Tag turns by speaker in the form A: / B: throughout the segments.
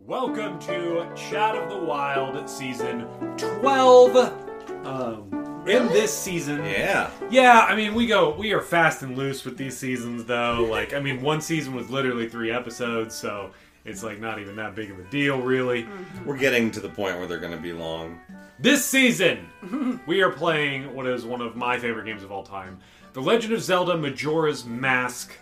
A: Welcome to Chat of the Wild season 12. Um, in this season,
B: Yeah.
A: yeah, I mean, we go, we are fast and loose with these seasons, though. Like, I mean, one season was literally three episodes, so it's like not even that big of a deal, really.
B: We're getting to the point where they're going to be long.
A: This season, we are playing what is one of my favorite games of all time The Legend of Zelda Majora's Mask.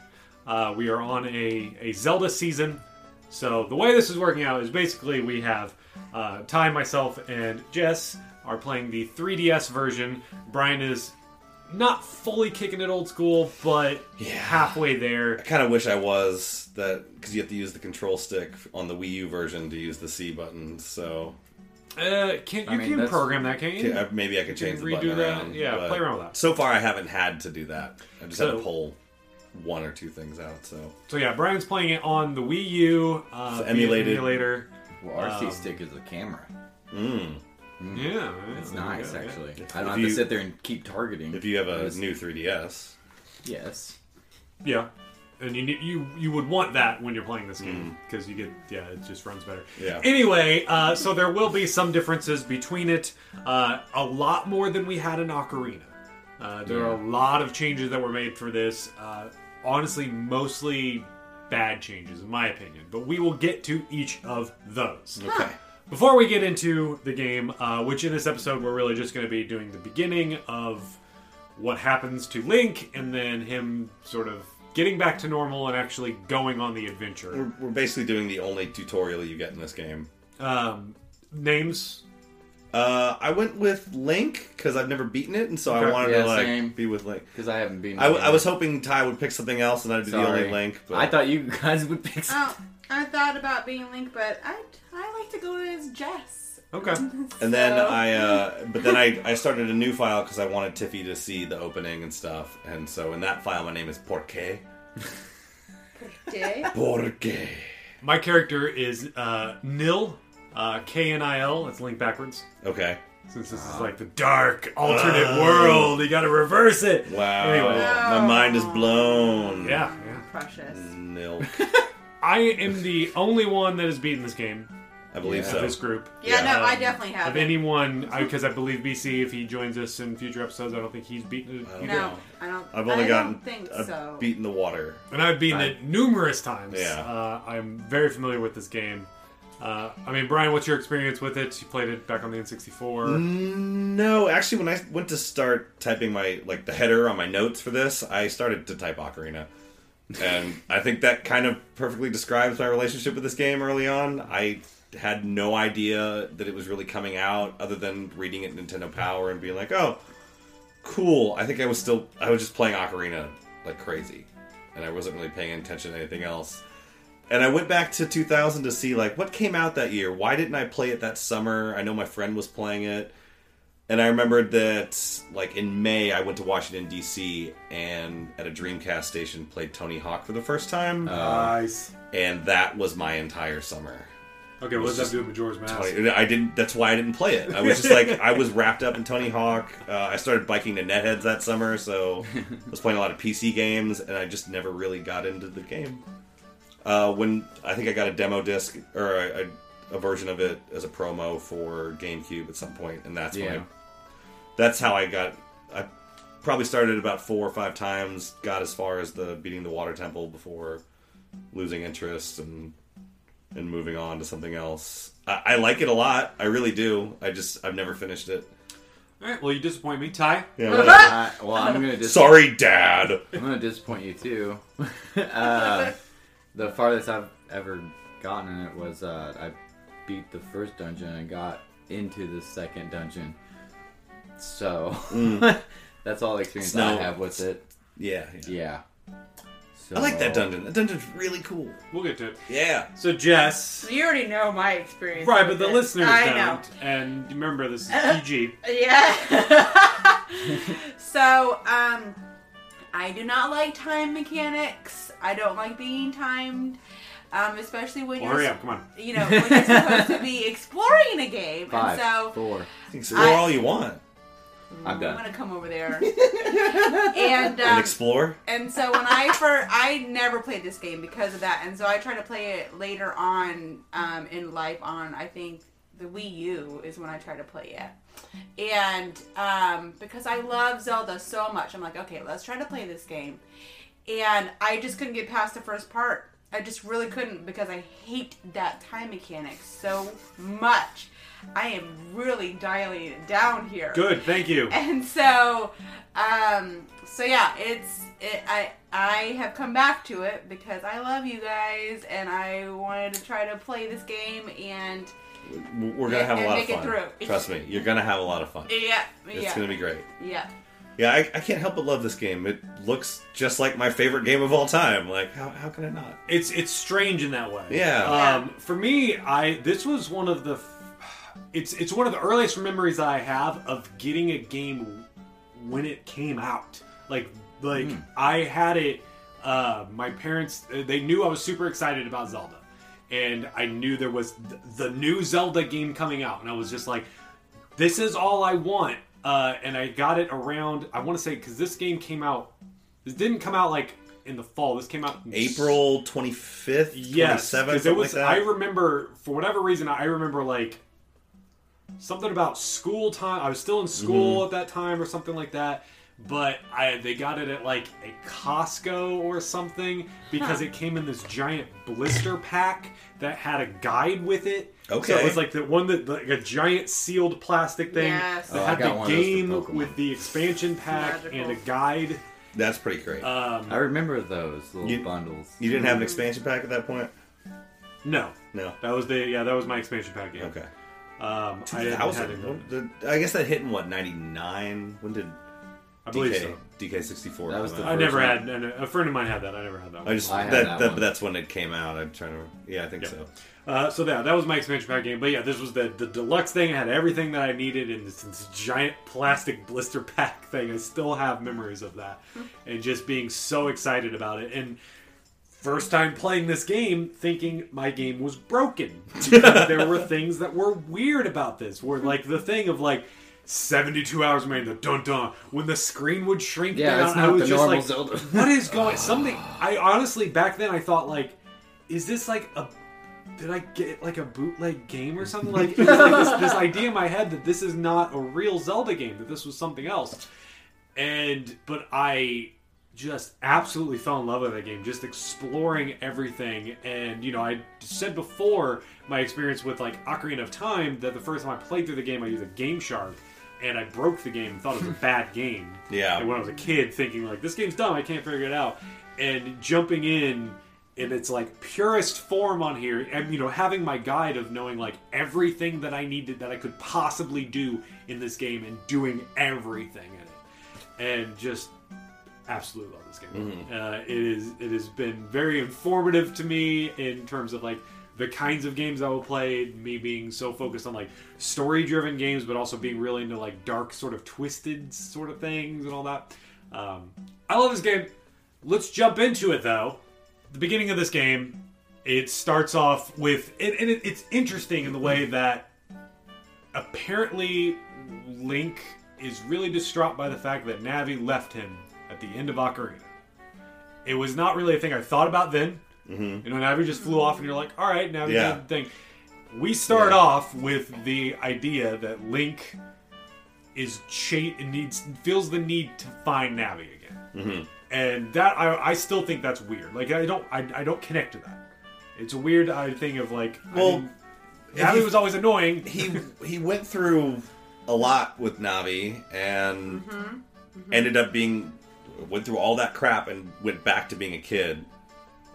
A: Uh, we are on a, a Zelda season. So, the way this is working out is basically we have uh, Ty, myself, and Jess are playing the 3DS version. Brian is not fully kicking it old school, but halfway there.
B: I kind of wish I was that because you have to use the control stick on the Wii U version to use the C button. So
A: Uh, can, you
C: mean,
A: can
C: that's-
A: program that, can't you?
B: yeah, maybe I could change the
A: redo
B: button
A: that.
B: around.
A: Yeah,
B: but
A: play around with that.
B: So far, I haven't had to do that. I just had
A: So-
B: to pull one or two things out. So
A: So, yeah, Brian's playing it on the Wii U uh,
B: So
A: via the
B: emulated.
A: emulator.
C: Well, RC
A: Um,
C: stick is the camera.
A: Yeah,
C: Mm. It's nice, actually. I
B: If
C: don't have
B: you-
C: to sit there and keep targeting.
B: if you have a
C: Yes.
B: new 3DS,
C: yes,
A: Yeah, and you need- you you would want that when you're playing this game because you get yeah it just runs better.
B: Yeah.
A: Anyway, uh, so there will be some differences between it. Uh, a lot more than we had in Ocarina. Uh, there are a lot of changes that were made for this. Uh, honestly, mostly bad changes in my opinion. But we will get to each of those.
B: okay.
A: Before we get into the game, uh, which in this episode we're really just going to be doing the beginning of what happens to Link and then him sort of getting back to normal and actually going on the adventure.
B: We're, we're basically doing the only tutorial you get in this game.
A: Um, names.
B: Uh, I went with Link because I've never beaten it, and so I
A: Okay.
B: wanted
C: Yeah,
B: to like
C: same.
B: be with Link.
C: because I haven't been.
B: I, w- I was hoping Ty would pick something else, and I'd be the only Link. But
C: I thought you guys would pick. some-
D: Oh, I thought about being Link, but I I like to go as Jess.
A: Okay.
B: And then
D: So-
B: I, uh, but then I, I started a new file because I wanted Tiffy to see the opening and stuff. And so in that file, my name is Porqué.
D: Jay?
B: Porqué.
A: My character is uh, Nil, uh, K N I L. That's Link backwards.
B: Okay.
A: Since this
B: Uh,
A: is like the dark alternate world, you got to reverse it.
B: Wow.
A: Anyway.
B: My mind is blown.
A: Yeah. Yeah.
D: Precious.
B: Nil.
A: I am the only one that has beaten this game
B: I believe
A: of
B: so.
A: this group.
D: Yeah,
B: Yeah. um,
D: no, I definitely have.
A: of anyone because I, believe BC if he joins us in future episodes I don't think he's beaten
B: Uh,
A: it. either.
D: No, I don't.
B: I've only
D: I
B: gotten.
D: Don't think
B: I've
D: so.
B: beaten the water.
A: and I've beaten it numerous times.
B: Yeah.
A: uh, I'm very familiar with this game. Uh, I mean, Brian, what's your experience with it? You played it back on the N64.
B: No, actually, when I went to start typing my like the header on my notes for this, I started to type Ocarina, and I think that kind of perfectly describes my relationship with this game early on. I had no idea that it was really coming out, other than reading it in Nintendo Power and being like, "Oh, cool." I think I was still I was just playing Ocarina like crazy, and I wasn't really paying attention to anything else. And I went back to 2000 to see like what came out that year. Why didn't I play it that summer? I know my friend was playing it. And I remembered that, like in May, I went to Washington D.C. and at a Dreamcast station played Tony Hawk for the first time,
A: Uh. Nice.
B: and that was my entire summer.
A: Okay, what does that
B: just
A: do with Majora's Mask?
B: Tony, I didn't. That's why I didn't play it. I was just like I was wrapped up in Tony Hawk. Uh, I started biking to Netheads that summer, so I was playing a lot of PC games, and I just never really got into the game. Uh, when I think I got a demo disc or a, a, a version of it as a promo for GameCube at some point, and that's when
C: Yeah.
B: I, that's how I got. I probably started about four or five times. Got as far as the beating the water temple before losing interest and and moving on to something else. I, I like it a lot. I really do. I just I've never finished it.
A: All right, well, you disappoint me, Ty.
B: Yeah, whatever.
C: I- well, I'm gonna dis-
B: Sorry, Dad.
C: I'm gonna disappoint you too. uh, the farthest I've ever gotten in it was uh, I beat the first dungeon and got into the second dungeon. So that's all the experience
B: Mm. Snow.
C: I have with it.
B: Yeah, yeah.
C: Yeah. So,
B: I like that dungeon. That dungeon's really cool.
A: We'll get to it.
B: Yeah.
A: So Jess,
D: You already know my experience.
A: right? But
D: with
A: the
D: it.
A: listeners
D: I
A: don't.
D: know.
A: And remember, this is PG.
D: Yeah. so, um, I do not like time mechanics. I don't like being timed, um, especially when
A: Well,
D: you're,
A: hurry up, come on.
D: you know, when you're supposed to be exploring a game.
C: Five,
D: and so,
C: four.
B: Explore
D: I-
B: all you want
C: I'm
D: I'm
C: done.
D: gonna come over there. and
B: and
D: um,
B: explore.
D: and so when I for I never played this game because of that, and so I tried to play it later on um, in life on I think the Wii U is when I tried to play it, and um, because I love Zelda so much, I'm like, okay, let's try to play this game, and I just couldn't get past the first part. I just really couldn't because I hate that time mechanic so much. I am really dialing it down here
A: Good, thank you.
D: and so um so yeah it's it, i i have come back to it because i love you guys and i wanted to try to play this game and
B: We're gonna have a
D: and
B: lot of
D: make it
B: fun.
D: through.
B: Trust me, you're gonna have a lot of fun.
D: yeah
B: It's
D: yeah
B: gonna be great.
D: yeah
B: Yeah, I, I can't help but love this game. It looks just like my favorite game of all time. Like, how, how can I not?
A: It's it's strange in that way.
B: Yeah.
A: Um, for me, I this was one of the f- it's it's one of the earliest memories I have of getting a game when it came out. Like like
B: Hmm.
A: I had it. Uh, my parents uh, they knew I was super excited about Zelda, and I knew there was th- the new Zelda game coming out, and I was just like, this is all I want. Uh, and I got it around I want to say because this game came out. This didn't come out like in the fall. This came out in
B: April 25th,
A: Yes, because it
B: 27th, something
A: was.
B: like
A: I
B: that.
A: remember for whatever reason, I remember like something about school time. I was still in school
C: Mm-hmm.
A: at that time, or something like that. But I they got it at like a Costco or something because it came in this giant blister pack that had a guide with it. so
B: Okay.
A: it was like the one that like a giant sealed plastic thing
D: Yes.
A: that
C: Oh, I
A: had
C: got one
A: the
C: of those for
A: game
C: Pokemon.
A: with the expansion pack
D: Magical.
A: and a guide.
B: That's pretty great.
A: Uh,
C: I remember those little
B: You-
C: bundles.
B: you didn't have
A: mm-hmm.
B: an expansion pack at that point?
A: No,
B: No.
A: that was the yeah that was my expansion pack game.
B: Okay.
A: um, I didn't have it.
B: 2000. What- the- I guess that hit in what 99. When did
A: I believe so.
B: DK DK 64?
C: That was
B: come
C: the
B: out?
A: I never had.
C: version.
A: and A friend of mine had that. I never had that.
B: I
A: One.
B: just
C: I had
B: that,
C: that
B: that-
C: one.
B: but that's when it came out. I'm trying to. Yeah, I think so.
A: Uh, so yeah, that was my expansion pack game. But yeah, this was the the deluxe thing. It had everything that I needed in this, this giant plastic blister pack thing. I still have memories of that,
C: Mm-hmm.
A: and just being so excited about it. And first time playing this game, thinking my game was broken. Because there were things that were weird about this.
C: Mm-hmm.
A: Were like the thing of like. 72 hours remaining, the dun dun, when the screen would shrink
C: Yeah,
A: down.
C: it's
A: I
C: not
A: was
C: the
A: just
C: normal
A: like,
C: Zelda.
A: what is going something i honestly back then i thought like is this like a did i get like a bootleg game or something like, it was like this, this idea in my head that this is not a real zelda game that this was something else and but i just absolutely fell in love with that game just exploring everything and you know i said before my experience with like ocarina of time that the first time i played through the game i used a game shark and i broke the game and thought it was a bad game
B: Yeah.
A: and when I was a kid, thinking like this game's dumb, I can't figure it out, and jumping in in its like purest form on here, and you know having my guide of knowing like everything that I needed that I could possibly do in this game and doing everything in it, and just absolutely love this game. Uh, it is it has been very informative to me in terms of like the kinds of games I will play. Me being so focused on like story driven games, but also being really into like dark sort of twisted sort of things and all that. Um, I love this game. Let's jump into it though. The beginning of this game, it starts off with and, and it, it's interesting in the way that apparently Link is really distraught by the fact that Navi left him at the end of Ocarina. It was not really a thing I thought about then. Mm-hmm. You know, Navi just flew off, and you're like, all right, Navi did
B: Yeah.
A: the thing. We start
B: Yeah.
A: off with the idea that Link is cha- needs feels the need to find Navi again,
B: Mm-hmm.
A: and that I, I still think that's weird. Like I don't I, I don't connect to that. It's a weird uh, thing of like
B: Well,
A: I mean, Navi
B: he-
A: was always annoying.
B: He he went through a lot with Navi and ended up being went through all that crap and went back to being a kid.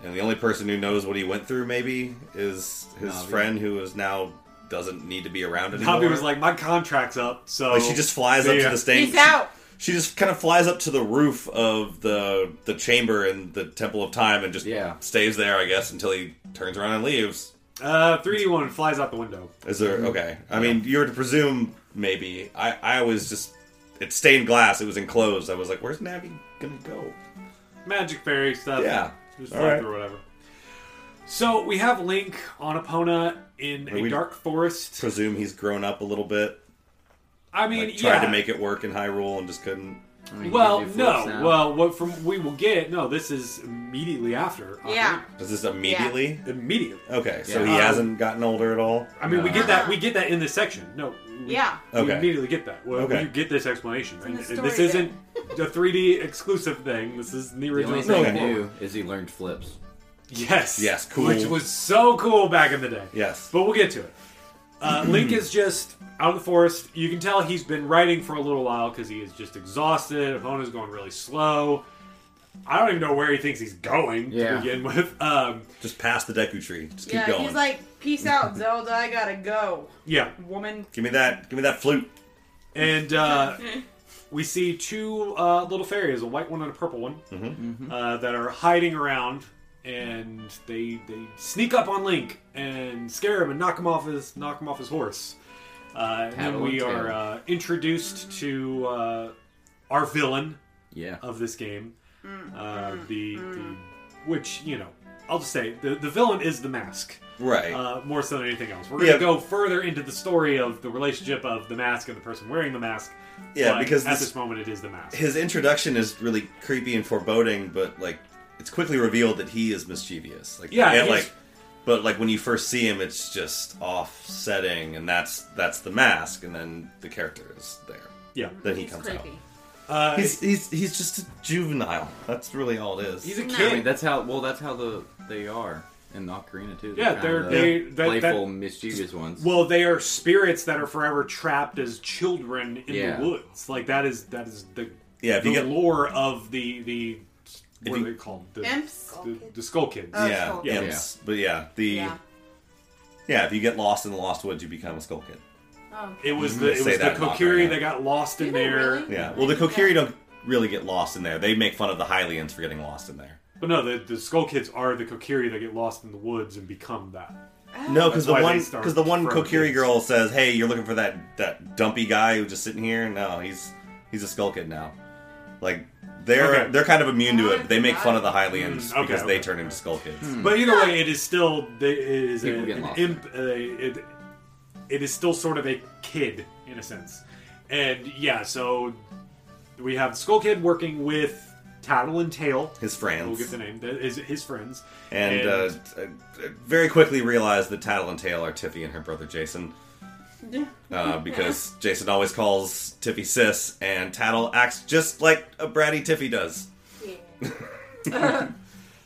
B: And the only person who knows what he went through maybe is his
C: Navi.
B: friend who is now doesn't need to be around anymore.
A: Hobby was like, my contract's up, so
B: Like, she just flies up to
A: Yeah.
B: the stage.
D: Peace out.
B: She, she just kind of flies up to the roof of the the chamber in the Temple of Time and just
C: Yeah.
B: stays there, I guess, until he turns around and leaves.
A: Uh, 3D1 flies out the window.
B: Is there okay? I mean, you were to presume maybe. I I was just it's stained glass. It was enclosed. I was like, where's Navi gonna go?
A: Magic fairy stuff.
B: Yeah.
A: Just
B: All
A: fly
B: right.
A: through whatever. So we have Link on Epona in a
B: we-
A: dark forest.
B: Presume he's grown up a little bit.
A: I mean,
B: Like, tried
A: yeah.
B: to make it work in Hyrule and just couldn't.
C: I mean,
A: Well,
C: you do
A: no.
C: flips now.
A: Well, what from we will get. No, this is immediately after. I
D: Yeah.
B: Is this immediately?
A: think. Immediately.
B: Okay, so
C: Yeah.
B: he
A: Um,
B: hasn't gotten older at all.
A: I mean, we
C: No.
A: get that. We get that in this section. No. We,
D: Yeah.
A: We
B: Okay.
A: immediately get that. Well,
B: Okay.
A: you get this explanation.
D: in the
A: And
D: story
A: this
D: then.
A: isn't a 3D exclusive thing. This is the
C: the
A: original.
C: only thing
B: Okay.
C: he
A: story.
C: knew is he learned flips.
A: Yes.
B: Yes, cool.
A: Which was so cool back in the day.
B: Yes.
A: But we'll get to it. Uh, Link is just out of the forest. You can tell he's been riding for a little while because he is just exhausted. Epona's going really slow. I don't even know where he thinks he's going to
C: Yeah.
A: begin with. Um,
B: Just past the Deku tree. Just keep
D: yeah,
B: going.
D: he's like, peace out, Zelda. I gotta go,
A: yeah.
D: woman.
B: give me that. Give me that flute.
A: And uh, we see two uh, little fairies, a white one and a purple one, Uh, that are hiding around. And they they sneak up on Link and scare him and knock him off his knock him off his horse. Uh, and then
C: Tattle
A: we
C: and
A: are
C: tattle.
A: uh, introduced to uh, our villain
C: Yeah.
A: of this game, uh, the, the which you know I'll just say the the villain is the mask.
B: Right.
A: Uh, more so than anything else, we're gonna
B: Yeah.
A: go further into the story of the relationship of the mask and the person wearing the mask.
B: Yeah,
A: but
B: because
A: at
B: this-
A: this, moment it is the mask.
B: His introduction is really creepy and foreboding, but like it's quickly revealed that he is mischievous. Like
A: Yeah,
B: and,
A: he's-
B: like but like when you first see him, it's just offsetting, and that's that's the mask, and then the character is there.
A: yeah,
B: Then he
D: He's
B: comes
D: creepy.
A: uh,
B: out. He's he's he's just a juvenile. That's really all it is.
A: he's a
D: No.
C: I mean,
A: kid.
C: that's how. Well, that's how the they are in the Ocarina too.
A: Yeah,
C: kind
A: they're-
C: of
A: they-
C: the
A: that- that-
C: playful, mischievous ones.
A: well, they are spirits that are forever trapped as children in
C: Yeah.
A: the woods. Like that is that is the
B: Yeah, if
A: the
B: you get-
A: lore of the the
B: If
A: what
B: you-
A: are they called the
D: Imps?
A: the, the skull kids.
D: Oh,
B: yeah,
D: Skull
B: yeah,
D: Kid.
B: it's- But yeah, the
D: Yeah.
B: yeah. If you get lost in the Lost Woods, you become a skull kid.
D: Oh.
A: It was the it
B: Say
A: was the
B: that not
A: Kokiri
B: right now.
A: that got lost in
D: Did they
A: there.
D: really?
B: Yeah. Well, the Kokiri don't really get lost in there. They make fun of the Hylians for getting lost in there.
A: But no, the, the Skull Kids are the Kokiri that get lost in the woods and become that.
B: No, because
A: That's
B: the
A: why they
B: one
A: start
B: because the one
A: from
B: Kokiri
A: kids.
B: girl says, "Hey, you're looking for that that dumpy guy who just sitting here." No, he's he's a skull kid now. Like they're
A: Okay.
B: they're kind of immune to it. But they make fun of the Hylians
A: Mm, okay,
B: because
A: okay. Hmm.
B: they turn into skull kids.
A: But either way, it is still the- it is a,
C: People get
A: an
C: lost.
A: imp. Uh, it, it is still sort of a kid in a sense, and yeah. So we have Skull Kid working with Tattle and Tail.
B: His
A: We'll
B: friends
A: get the name. That is his friends.
B: and, uh, t- uh, very quickly realize that Tattle and Tail are Tiffy and her brother Jason. Uh, because Jason always calls Tiffy sis, and Tattle acts just like a bratty Tiffy does.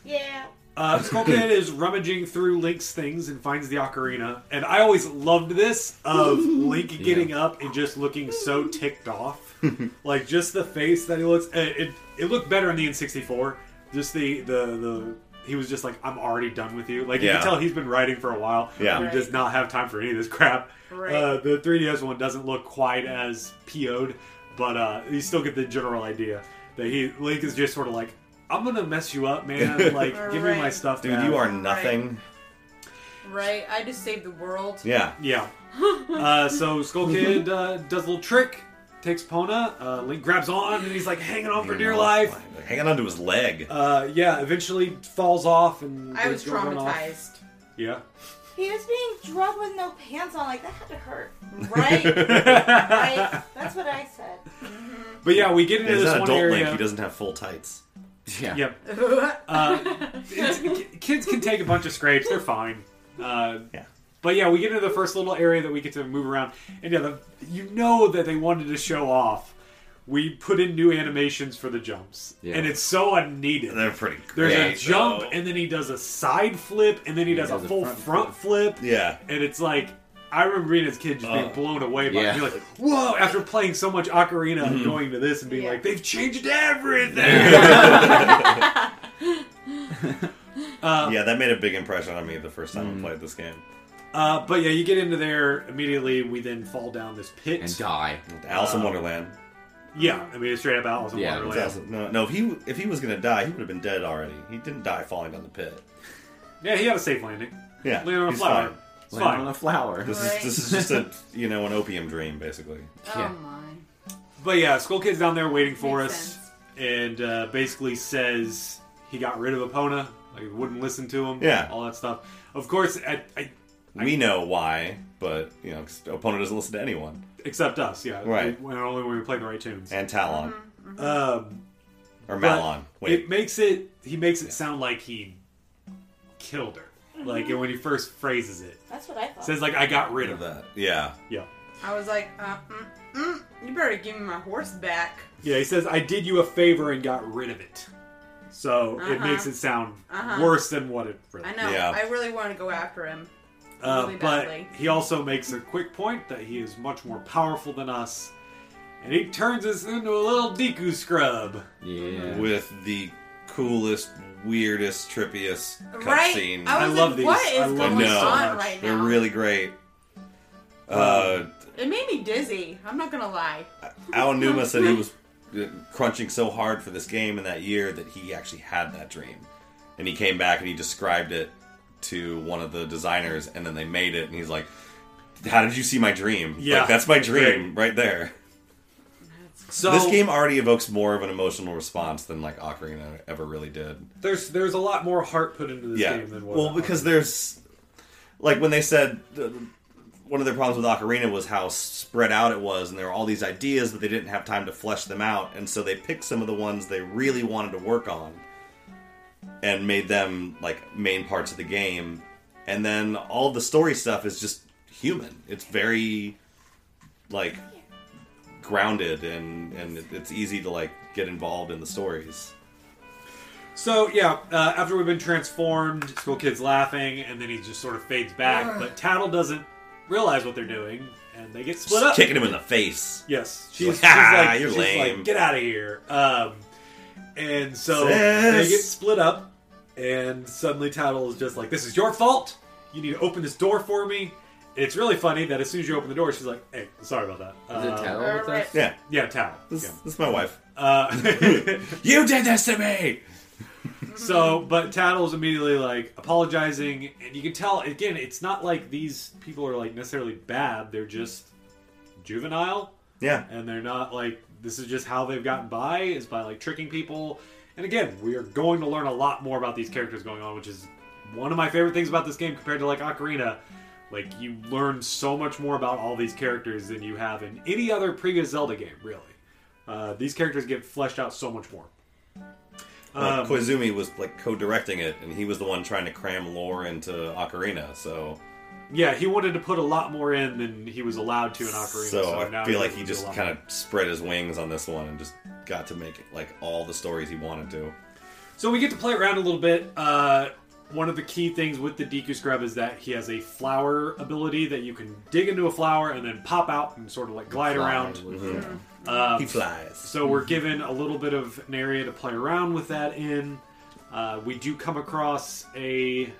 D: Yeah.
A: Uh, Skull Kid is rummaging through Link's things and finds the ocarina. And I always loved this of Link getting up and just looking so ticked off, like just the face that he looks. It it, it looked better in the N64. Just the the the. He was just like, I'm already done with you. Like, you
B: Yeah.
A: can tell he's been writing for a while.
B: Yeah.
A: He does
D: Right.
A: not have time for any of this crap.
D: Right.
A: Uh, the 3DS one doesn't look quite as PO'd, but uh, you still get the general idea that he Link is just sort of like, I'm going to mess you up, man. Like, give me my
D: Right.
A: stuff.
B: Dude,
A: back."
B: you are nothing.
D: Right. I just saved the world.
B: Yeah.
A: Yeah. Uh, so Skull Kid uh, does a little trick, takes Pona. Uh, Link grabs on, and he's like hanging on for dear life.
B: Hanging onto his leg.
A: Uh, yeah, eventually falls off, and
D: I was
A: goes run off.
D: traumatized.
A: Yeah.
E: He was being drugged with no pants on, like that had to hurt.
D: Right.
E: Right? That's what I said.
A: But yeah, we get into
B: He's
A: this
B: not
A: one
B: adult
A: area.
B: Link. He doesn't have full tights.
C: yeah.
A: Yep. Uh, it's- kids can take a bunch of scrapes; they're fine. Uh,
B: Yeah.
A: But yeah, we get into the first little area that we get to move around, and yeah, the, you know that they wanted to show off. We put in new animations for the jumps,
C: Yeah.
A: and it's so unneeded.
B: They're pretty.
A: There's a
B: great,
A: jump,
B: though.
A: and then he does a side flip, and then he does, a full front, flip.
B: yeah.
A: And it's like, I remember being as a kid just being blown away by
C: Yeah.
A: it. Being like, whoa, after playing so much Ocarina and going to this and being
D: Yeah.
A: like, they've changed everything. Uh,
B: yeah, that made a big impression on me the first time I played this game.
A: Uh, but yeah, you get into there immediately. We then fall down this pit.
C: and die.
B: Alice in Wonderland.
A: Yeah, I mean it's straight up Alice in
C: Yeah,
B: It's
A: Wonderland.
B: Alice in- No, no. If he if he was gonna die, he would have been dead already. He didn't die falling down the pit.
A: Yeah, he had a safe landing.
B: Yeah,
A: Land on a
B: he's
A: flower.
B: fine.
A: It's
C: Land on
A: fine.
C: a flower.
B: This is this is just a you know an opium dream basically.
D: Oh
C: Yeah.
D: my.
A: But yeah, Skull Kid's down there waiting for
D: Makes
A: us,
D: sense.
A: and uh, basically says he got rid of Epona. Like he wouldn't listen to him.
B: Yeah.
A: all that stuff. Of course, I, I,
B: We know why, but you know 'cause opponent doesn't listen to anyone.
A: except us. Yeah,
B: Right.
A: When only when we play the right tunes.
B: And Talon
A: Um,
B: or
A: But
B: Malon.
A: It
B: Wait,
A: makes it. He makes it sound like he killed
D: Mm-hmm.
A: her. Like and when he first phrases it,
E: That's what I thought.
A: says like I got rid of her.
B: that yeah.
A: Yeah.
D: I was like, uh, mm, mm, you better give me my horse back.
A: Yeah. He says I did you a favor and got rid of it. So it
D: Uh-huh.
A: makes it sound
D: Uh-huh.
A: worse than what it really.
D: I know.
B: Yeah.
D: I really want to go after him.
A: Uh,
D: really
A: but
D: badly.
A: he also makes a quick point that he is much more powerful than us, and he turns us into a little Deku scrub.
C: Yeah.
B: With the coolest, weirdest, trippiest
D: right?
B: cutscene.
D: I was
A: I love
D: like,
A: these.
D: what is
A: Oh, I love
D: going
B: these so
D: on
A: much.
D: right
B: They're
D: now?
B: really great. Uh,
D: It made me dizzy. I'm not gonna lie.
B: Al Numa said he was uh, crunching so hard for this game in that year that he actually had that dream. And he came back and he described it to one of the designers, and then they made it, and he's like, How did you see my dream?
A: Yeah.
B: Like, that's my dream right there.
A: So
B: this game already evokes more of an emotional response than like Ocarina ever really did.
A: there's there's a lot more heart put into this
B: yeah.
A: game than what.
B: well, because there's like when they said uh, one of their problems with Ocarina was how spread out it was, and there were all these ideas, but they didn't have time to flesh them out, and so they picked some of the ones they really wanted to work on and made them like main parts of the game. And then all the story stuff is just human. It's very like grounded and and it- it's easy to like get involved in the stories.
A: So yeah, uh, after we've been transformed, school kids laughing, and then he just sort of fades back. But Tattle doesn't realize what they're doing, and they get split
B: Just
A: up.
B: kicking him in the face.
A: Yes, she's,
B: like, "Ah,
A: she's like,
B: you're
A: she's
B: lame."
A: like, get out of here. Um, and so
B: Sis.
A: they get split up, and suddenly Tattle is just like, this is your fault. You need to open this door for me. It's really funny that as soon as you open the door, she's like, hey, sorry about that.
C: Is it
A: Uh,
C: Tattle with us?
B: Yeah.
A: Yeah, Tattle.
B: This,
A: Yeah.
B: this is my wife.
A: Uh,
B: You did this to me.
A: So, but Tattle's immediately like apologizing, and you can tell again, it's not like these people are like necessarily bad. They're just juvenile,
B: Yeah.
A: and they're not like this is just how they've gotten by is by like tricking people. And again, we are going to learn a lot more about these characters going on, which is one of my favorite things about this game compared to like Ocarina. Like you learn so much more about all these characters than you have in any other previous Zelda game, really. Uh, these characters get fleshed out so much more. Uh,
B: Like,
A: um,
B: Koizumi was like co-directing it, and he was the one trying to cram lore into Ocarina. So,
A: Yeah, he wanted to put a lot more in than he was allowed to in Ocarina. So,
B: so, I
A: now
B: feel like
A: able
B: he
A: to do a
B: just
A: lot
B: kind
A: more.
B: of spread his wings on this one and just got to make it like all the stories he wanted to.
A: So we get to play around a little bit. Uh, one of the key things with the Deku Scrub is that he has a flower ability that you can dig into a flower and then pop out and sort of like glide around.
B: he flies.
A: Um, So we're given a little bit of an area to play around with that in. Uh, we do come across a.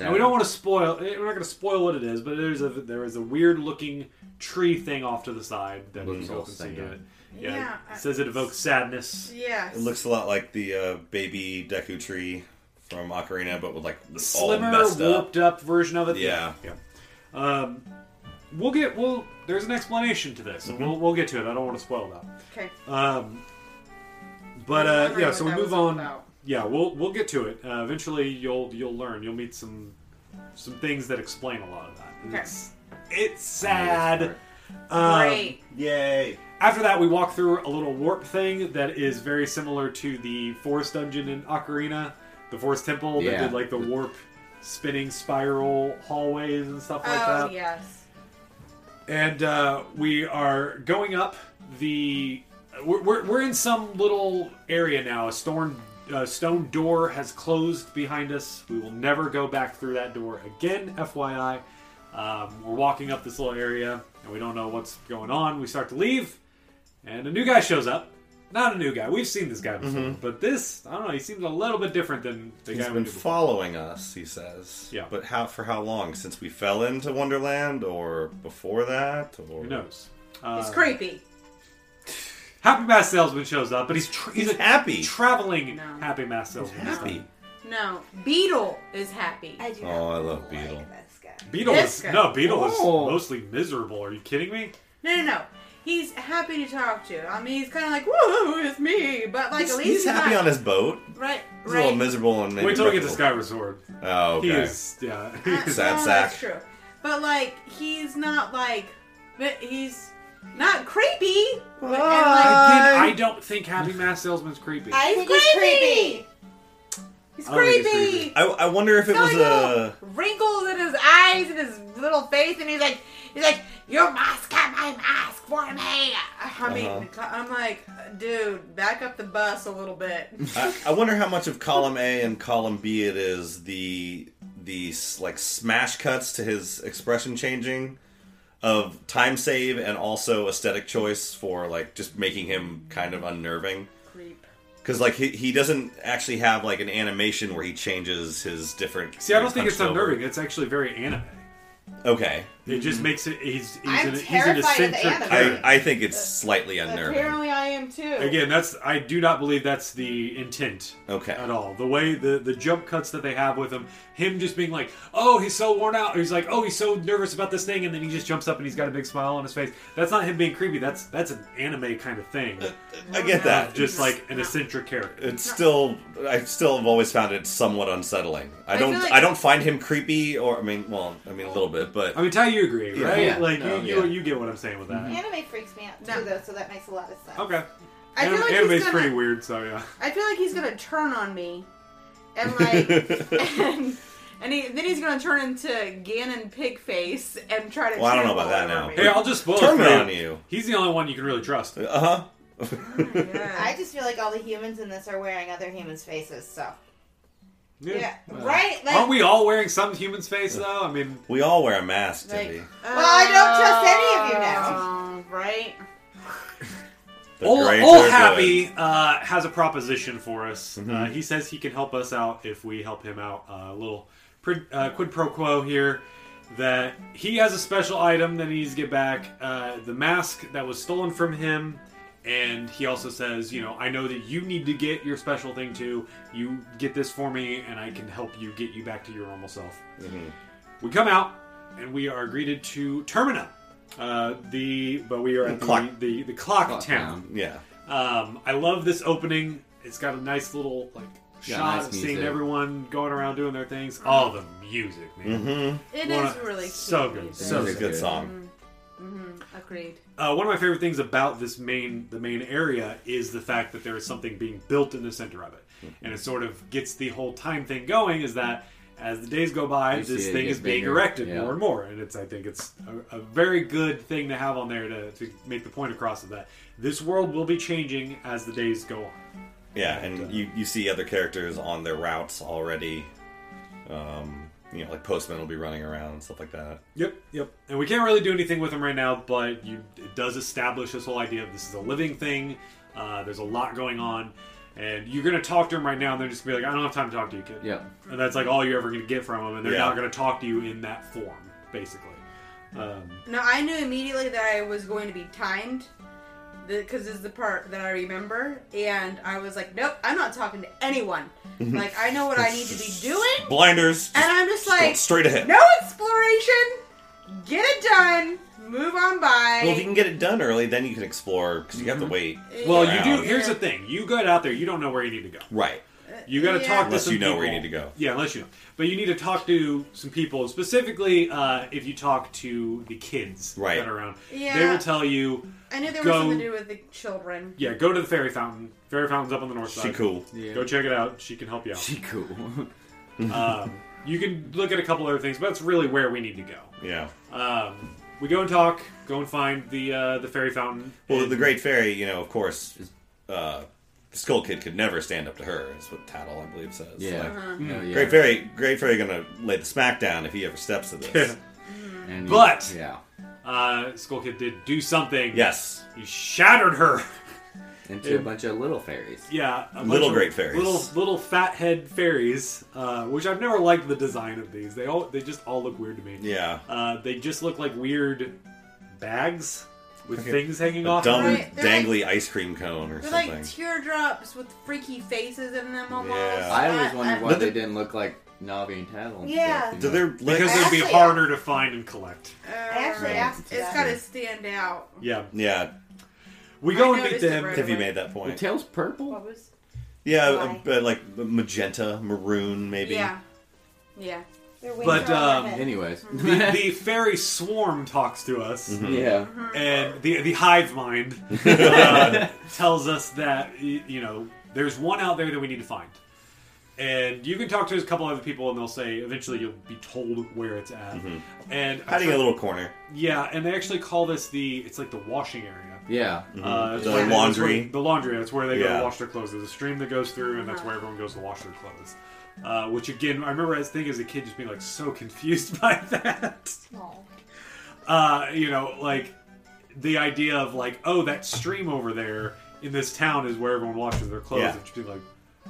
A: Now, we don't want to spoil. eh, We're not going to spoil what it is, but there's a there is a weird looking tree thing off to the side that you
C: Looks
A: can
C: all
A: open see
C: sad.
A: to it. Yeah,
D: Yeah, I-
A: it says it evokes sadness.
D: Yes.
B: It looks a lot like the uh, baby Deku tree from Ocarina, but with like all
A: slimmer,
B: messed up.
A: warped up version of it.
B: Yeah.
A: yeah. Um, we'll get. We'll. There's an explanation to this, and we'll, we'll get to it. I don't want to spoil that.
D: okay.
A: Um, but
D: I was
A: uh,
D: wondering
A: yeah,
D: what
A: so we
D: that
A: move
D: was all
A: on.
D: about.
A: Yeah, we'll we'll get to it. Uh, eventually, you'll you'll learn. You'll meet some some things that explain a lot of that.
D: Okay.
A: It's, it's sad. Um,
D: Great.
B: Yay!
A: After that, we walk through a little warp thing that is very similar to the forest dungeon in Ocarina, the forest temple that
C: Yeah.
A: did like the warp spinning spiral hallways and stuff like
D: oh
A: that.
D: yes.
A: And uh, we are going up the. We're, we're, we're in some little area now. A stone, uh, stone door has closed behind us. We will never go back through that door again, FYI. Um, we're walking up this little area and we don't know what's going on. We start to leave, and a new guy shows up not a new guy. We've seen this guy before, but this I don't know. He seems a little bit different than the
B: Mm-hmm. He's
A: guy we
B: been
A: knew before.
B: following us, he says.
A: Yeah.
B: But how for how long? Since we fell into Wonderland or before that? Or
A: Who knows? Uh,
D: It's creepy.
A: Happy Mass Salesman shows up, but he's tr he's,
B: He's
A: a
B: happy.
A: traveling
D: No.
A: Happy Mass Salesman. this
B: Happy.
A: time.
D: No, Beetle is happy.
E: I do.
B: Oh,
E: Not
B: I love
E: like
B: Beetle.
E: This guy.
A: Beetle is
D: This guy.
A: no Beetle is
C: Oh.
A: mostly miserable. Are you kidding me?
D: No, no, no. He's happy to talk to. I mean, he's kind of like, whoa, it's me. But like,
B: He's,
D: at least
B: he's happy
D: not,
B: on his boat.
D: right,
B: He's a
D: right.
B: little miserable and maybe
A: Wait till we get to
B: miserable.
A: Sky Resort.
B: Oh, okay.
A: He is yeah. he
D: Uh,
A: is-
B: Sad
D: no,
B: sack.
D: That's true. But like, he's not like, but he's not creepy. but- and, like,
A: Again, I don't think Happy Mass Salesman's creepy.
E: uh, I think
D: He's
E: he's
D: creepy.
E: creepy.
D: he's
A: I don't think
D: creepy.
A: he's
B: I, I wonder if it
D: Got
B: was
D: little
B: a.
D: wrinkles in his eyes and his little face, and he's like, he's like, your mask got my mask for me. I mean,
B: Uh-huh.
D: I'm like, dude, back up the bus a little bit.
B: I, I wonder how much of column A and column B it is the the s- like smash cuts to his expression changing of time save and also aesthetic choice for like just making him kind of unnerving.
D: Creep.
B: Because like he, he doesn't actually have like an animation where he changes his different.
A: See, I don't
B: he's
A: think it's
B: hunched over.
A: unnerving. It's actually very anime.
B: Okay,
A: It just makes it. He's he's,
E: I'm
A: an, he's an
E: terrified of the
A: eccentric
E: anime.
B: Mm-hmm. I,
A: character.
B: I think it's slightly unnerving.
D: Apparently, I am too.
A: Again, that's I do not believe that's the intent
B: Okay.
A: at all. The way the the jump cuts that they have with him, him just being like, "Oh, he's so worn out," or he's like, "Oh, he's so nervous about this thing," and then he just jumps up and he's got a big smile on his face. That's not him being creepy. That's that's an anime kind of thing.
B: I get that.
A: just like an eccentric character.
B: it's still I still have always found it somewhat unsettling. I don't I,
D: feel like-
B: don't find him creepy or I mean well I mean a little bit but
A: I mean, Ty, you agree,
B: Yeah.
A: right?
C: Yeah.
A: Like
B: No,
A: you, you
B: yeah.
A: you get what I'm saying with that.
D: Mm-hmm.
E: Anime freaks me out too,
D: No.
E: though, so that makes a lot of
B: Oh.
E: sense.
A: Okay.
D: I feel
A: Anim-
D: like he's
A: anime's
D: gonna-
A: pretty weird, so yeah.
D: I feel like he's gonna turn on me, and like, and, and he, then he's gonna turn into Ganon Pig Face and try to.
B: Well, I don't know
D: trample
B: about that
D: over
B: now.
D: me.
A: Hey, I'll just spoil
B: Turn
A: it for
B: on you.
A: He's the only one you can really trust.
B: uh huh.
D: Yeah.
E: I just feel like all the humans in this are wearing other humans' faces, so. Yeah,
A: Well.
E: right? Like,
A: Aren't we all wearing some human's face though? I mean,
B: we all wear a mask,
D: Like,
B: Debbie.
E: Well, I don't trust any of you
D: now. uh, um, Right?
B: The
A: old,
B: greater
A: old
B: good.
A: Happy uh, has a proposition for us. Uh, he says he can help us out if we help him out. Uh, a little pr- uh, quid pro quo here. That he has a special item that he needs to get back. Uh, the mask that was stolen from him. And he also says, you know, I know that you need to get your special thing too. You get this for me, and I can help you get you back to your normal self. We come out, and we are greeted to Termina. Uh, the but we are at the
B: Clock-
A: the, the clock,
C: Clock
A: town.
C: town.
B: Yeah.
A: Um, I love this opening. It's got a nice little like
C: Yeah,
A: shot
C: nice
A: of seeing
C: music.
A: everyone going around doing their things. All the music, man.
C: Mm-hmm.
D: It is
A: Wanna-
D: really cute.
A: so good.
D: music.
C: So
B: It's a good
C: good.
D: Mm-hmm.
B: song.
D: Agreed.
A: Uh, one of my favorite things about this main the main area is the fact that there is something being built in the center of it,
C: Mm-hmm.
A: and it sort of gets the whole time thing going. Is that as the days go by,
C: You see
A: this
C: it
A: thing
C: get
A: is being
C: bigger,
A: erected
C: yeah.
A: more and more, and it's I think it's a, a very good thing to have on there to, to make the point across of that this world will be changing as the days go on.
B: Yeah, and you, you see other characters on their routes already. Um, you know, like postmen will be running around and stuff like that.
A: Yep, yep. And we can't really do anything with them right now, but you, it does establish this whole idea of this is a living thing. Uh, there's a lot going on, and you're gonna talk to them right now, and they're just gonna be like, "I don't have time to talk to you, kid."
C: Yep.
A: And that's like all you're ever gonna get from them, and they're
B: Yeah.
A: not gonna talk to you in that form, basically. Um,
D: No, I knew immediately that I was going to be timed, because this is the part that I remember, and I was like, nope, I'm not talking to anyone. like I know what I need to be doing,
B: Blinders.
D: and I'm just
B: go
D: like,
B: straight ahead.
D: no exploration, get it done, move on by.
B: Well, if you can get it done early, then you can explore because you have
D: Mm-hmm.
B: to wait.
A: well,
B: Yeah.
A: you do. Here's the thing: you go out there, you don't know where you need to go.
B: Right.
A: You got to
D: Yeah.
A: talk to
B: Unless
A: some
B: you know
A: people.
B: where you need to go.
A: Yeah, unless you know. But you need to talk to some people, specifically uh, if you talk to the kids
B: Right.
A: that are around. They
D: Yeah.
A: will tell you.
D: I knew there was
A: Go-
D: something to do with the children.
A: Yeah, go to the fairy fountain. Fairy fountain's up on the north
B: She
A: side.
B: cool.
A: Go check it out. She can help you out.
C: She cool.
A: um, you can look at a couple other things, but that's really where we need to go.
B: Yeah.
A: Um, we go and talk. Go and find the uh, the fairy fountain.
B: Well,
A: And-
B: the Great Fairy, you know, of course, uh, Skull Kid could never stand up to her, is what Tattle, I believe, says.
C: Yeah.
D: Uh-huh.
B: Like,
C: Hell yeah.
B: Great Fairy, Great Fairy, gonna lay the smack down if he ever steps to this.
C: And-
A: But-
C: yeah.
A: uh, Skull Kid did do something.
B: yes,
A: He shattered her.
C: into a bunch of little fairies.
A: Yeah, a bunch
B: Little
A: of
B: great fairies.
A: little little fathead fairies, uh, which I've never liked the design of these. They all they just all look weird to me.
B: Yeah.
A: uh, they just look like weird bags with
B: Okay.
A: things hanging
B: A
A: off.
B: dumb,
A: of
D: Right, they're
B: dangly ice cream cone or
D: They're
B: something.
D: like teardrops with freaky faces in them almost. Uh,
B: Yeah.
C: I always wondered why
B: But they-
C: they didn't look like Navi and Tattle. and
E: Yeah.
C: stuff, you
B: Do
C: know?
B: their legs?
A: because they'd be
E: Actually,
A: harder to find and collect.
D: Uh,
E: actually asked
D: It's
E: that.
D: got to stand out.
A: Yeah,
B: yeah.
A: we
D: I
A: go and meet
D: noticed it
A: them.
D: right
B: Have you
D: away.
B: made that
C: Were
B: point?
C: tails purple?
E: What was?
B: Yeah,
E: Why?
B: uh, uh, like magenta, maroon, maybe.
D: Yeah. Yeah.
E: Their wings
A: But,
E: are on
A: um,
E: their head.
C: Anyways.
A: the, the fairy swarm talks to us,
C: yeah.
A: and the the hive mind uh, tells us that y- you know there's one out there that we need to find. And you can talk to a couple other people, and they'll say eventually you'll be told where it's at. And
B: Hiding in a little corner.
A: yeah, and they actually call this the it's like the washing area.
C: Yeah.
B: Mm-hmm.
A: Uh, that's
B: The
A: where they- that's
B: laundry.
A: where- the laundry. That's where they go
B: Yeah.
A: to wash their clothes. There's a stream that goes through, and that's where everyone goes to wash their clothes. Uh, which again, I remember as thing as a kid just being like so confused by that. Uh, you know, like the idea of like, oh, that stream over there in this town is where everyone washes their clothes.
B: Yeah.
A: And just being like,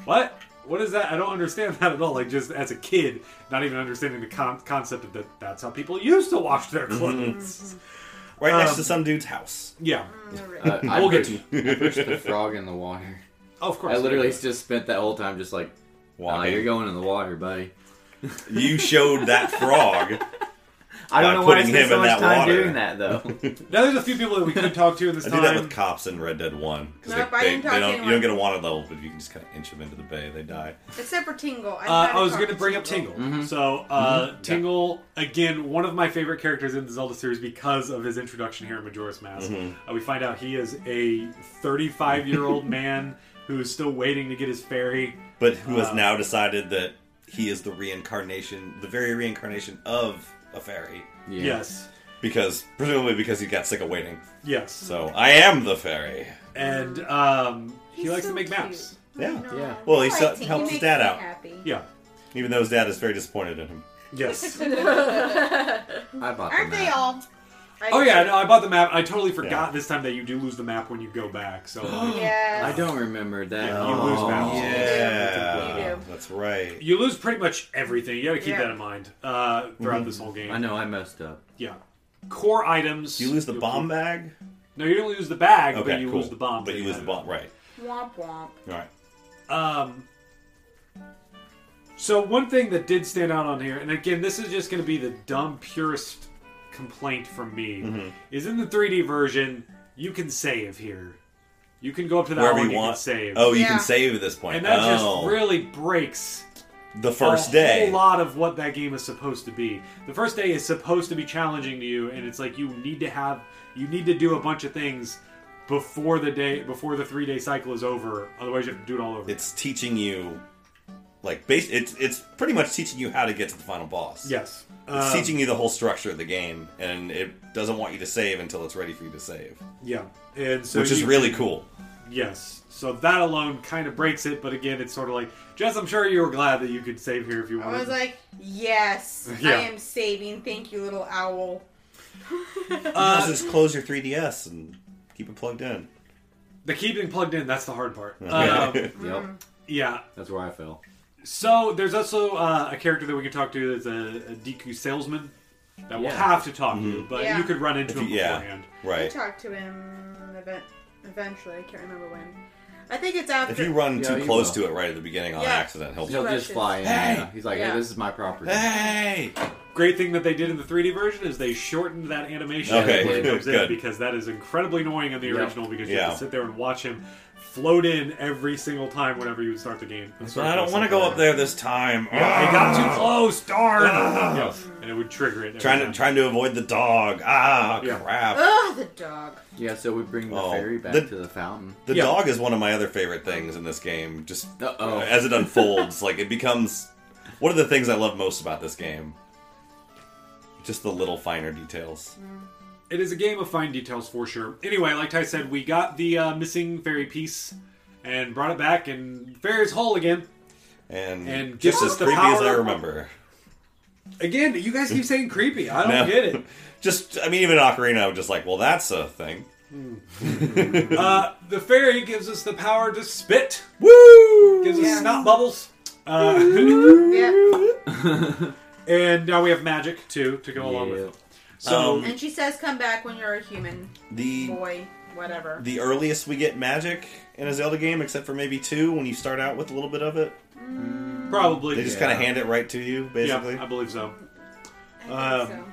A: what? What is that? I don't understand that at all. Like just as a kid, not even understanding the con- concept of that. That's how people used to wash their
B: Mm-hmm.
A: clothes.
C: Mm-hmm.
B: Right next
A: Um,
B: to some dude's house.
A: Yeah.
C: Uh, I
A: We'll get
C: pushed- I pushed the frog in the water.
A: Oh, of course.
C: I literally just spent that whole time just like, nah,
B: Walking.
C: you're going in the water, buddy.
B: you showed that frog. don't By
C: I don't
B: know
C: know
B: why I
C: why I
B: putting spent him
C: spent
B: so in
C: so
B: much that time
C: much time
B: water. doing
C: doing that though.
A: Now there's a few people that we could talk to in this
B: I do
A: time.
B: that with cops in Red Dead One because
D: Nope, I
B: they, they,
D: didn't
B: they
D: talk to
B: don't you
D: anyone.
B: don't get a wanted level, but you can just kind of inch them into the bay. They die.
D: Except for Tingle. I,
A: uh,
D: tried
A: I was
D: talk
A: going to
D: to
A: bring up Tingle. So, uh,
B: Mm-hmm.
A: Tingle, again, one of my favorite characters in the Zelda series because of his introduction here in Majora's Mask.
B: Mm-hmm.
A: Uh, we find out he is a 35 year old man who is still waiting to get his fairy.
B: But who has now decided that he is the reincarnation, the very reincarnation of a fairy?
C: yeah.
A: Yes.
B: Because presumably because he got sick of waiting.
A: Yes.
B: So I am the fairy.
A: and um, he
D: He's
A: likes
D: so
A: to make
D: cute.
A: maps.
B: Yeah.
C: Yeah.
B: Well, he
E: I
B: so-
E: like Tinky.
B: helps
E: He
B: his
E: makes
B: dad
E: me
B: out,
D: Happy.
A: Yeah.
B: even though his dad is very disappointed in him.
A: Yes.
C: I bought the
E: Aren't they
C: map.
E: all? I
A: oh,
E: do.
A: yeah. No, I bought the map. I totally forgot
B: Yeah.
A: this time that you do lose the map when you go back. So, like,
E: Yes.
C: I don't remember that.
A: Yeah, you lose
C: Oh.
A: now.
B: Yeah,
D: You do.
B: that's right.
A: you lose pretty much everything. You got to keep
D: Yeah.
A: that in mind uh, throughout
B: Mm-hmm.
A: this whole game.
C: I know I messed up.
A: Yeah. Core items.
B: Do you lose the
A: you'll
B: bomb
A: keep-
B: bag?
A: No, you don't lose the bag,
B: Okay,
A: but you
B: cool.
A: lose the bomb.
B: But you lose the bomb, right?
D: Womp womp.
B: All right.
A: Um, so one thing that did stand out on here, and again, this is just going to be the dumb purest complaint from me,
B: Mm-hmm.
A: is in the 3D version you can save here. You can go up to that
B: Wherever
A: one
B: you
A: you
B: want.
A: can save.
B: Oh, you
D: Yeah.
B: can save at this point.
A: and that
B: Oh.
A: just really breaks
B: the first
A: a
B: day.
A: whole lot of what that game is supposed to be. The first day is supposed to be challenging to you, and it's like you need to have you need to do a bunch of things before the day before the three day cycle is over. Otherwise, you have to do it all over.
B: It's teaching you, like, base. It's it's pretty much teaching you how to get to the final boss.
A: yes,
B: It's
A: Um,
B: teaching you the whole structure of the game, and it doesn't want you to save until it's ready for you to save,
A: Yeah, and so
B: which is
A: you-
B: really cool.
A: yes. So that alone kind of breaks it, but again, it's sort of like Jess. I'm sure you were glad that you could save here if you
B: Mm-hmm.
D: I
A: wanted.
D: was like, yes,
A: Yeah.
D: I am saving. Thank you, little owl.
B: also just close your 3DS and keep it plugged in.
A: the keeping plugged in. That's the hard part. Um,
E: Mm-hmm.
C: Yep.
A: yeah,
C: That's where I fell.
A: So there's also uh, a character that we can talk to that's a, a DQ salesman that we'll
C: Yeah.
A: have to talk to, but
D: Yeah.
A: you could run into
B: Mm-hmm. If
A: him
B: you- yeah.
A: beforehand.
D: I
B: Right.
D: talked to him event- eventually. I can't remember when. I think it's after.
B: If you run
C: Yeah,
B: too
C: you
B: close
C: will.
B: to it right at the beginning on
D: Yeah.
B: accident, he'll
C: He'll
D: rushes.
C: just fly in.
B: Hey!
C: yeah. He's like,
D: Yeah.
C: hey, this is my property.
B: hey.
A: Great thing that they did in the 3D version is they shortened that animation
B: Okay,
A: when he comes in
B: good.
A: because that is incredibly annoying in the
C: Yeah.
A: original because you have
B: Yeah.
A: to sit there and watch him float in every single time whenever you would start the game.
B: But I don't want to go up there this time.
A: I got
B: Ah.
A: too close, darn! yes, and it would trigger it. every
B: Trying to
A: time.
B: trying to avoid the dog. Ah,
A: Yeah.
B: crap.
D: Oh, the dog.
C: Yeah, so we bring the
B: Oh,
C: fairy back
B: the-
C: to the fountain.
B: The
A: Yeah.
B: dog is one of my other favorite things in this game. Just
C: Uh-oh.
B: as it unfolds, like it becomes one of the things I love most about this game. Just the little finer details.
A: It is a game of fine details for sure. Anyway, like Ty said, we got the uh, missing fairy piece and brought it back, and fairy's whole again.
B: And,
A: And
B: just
A: gives
B: as
A: us the
B: creepy as
A: power
B: I
A: of-
B: remember.
A: Again, you guys keep saying creepy. I don't
B: No.
A: get it.
B: Just I mean even in Ocarina I was just like, well that's a thing.
A: uh, the fairy gives us the power to spit.
B: Woo!
A: Gives us
D: Yeah.
A: snot bubbles. Uh,
D: Yeah.
A: and now we have magic too to go along with
C: Yeah.
A: it. So
B: Um,
D: And she says, "Come back when you're a human
B: The
D: boy, whatever."
B: the earliest we get magic in a Zelda game, except for maybe two, when you start out with a little bit of it,
A: probably
B: Um, they just
C: Yeah.
B: kind of hand it right to you, basically.
A: yeah, I believe so.
D: I think
A: um,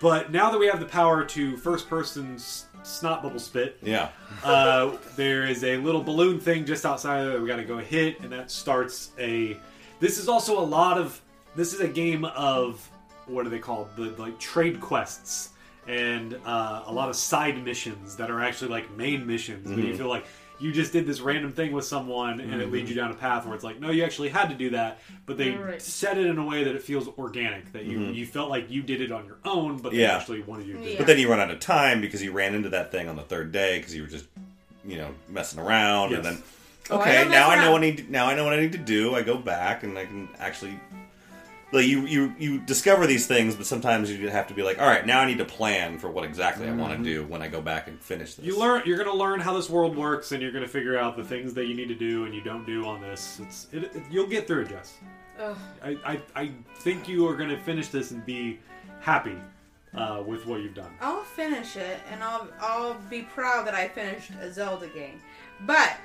A: But now that we have the power to first person s- snot bubble spit,
B: Yeah.
A: uh, there is a little balloon thing just outside of it that we gotta go hit, and that starts a. This is also a lot of. This is a game of what are they called? The like trade quests and uh, a lot of side missions that are actually like main missions. Where you feel like you just did this random thing with someone, and it leads you down a path where it's like, no, you actually had to do that, but they
D: Right.
A: set it in a way that it feels organic. That you you felt like you did it on your own, but they
B: Yeah.
A: actually wanted you to. do
D: Yeah.
A: it.
B: But then you run out of time because you ran into that thing on the third day because you were just, you know, messing around, and
A: Yes.
B: then
D: Oh, I
B: okay,
D: don't
B: now
D: mess
B: I know
D: around.
B: what I need. To, now I know what I need to do. I go back and I can actually. Like you, you, you discover these things, but sometimes you have to be like, all right, now I need to plan for what exactly I want to do when I go back and finish this.
A: Mm-hmm. You learn. You're going to learn how this world works, and you're going to figure out the things that you need to do and you don't do on this. It's it, it- you'll get through it, Jess.
D: Ugh.
A: I, I I think you are going to finish this and be happy uh, with what you've done.
D: I'll finish it, and I'll I'll be proud that I finished a Zelda game. But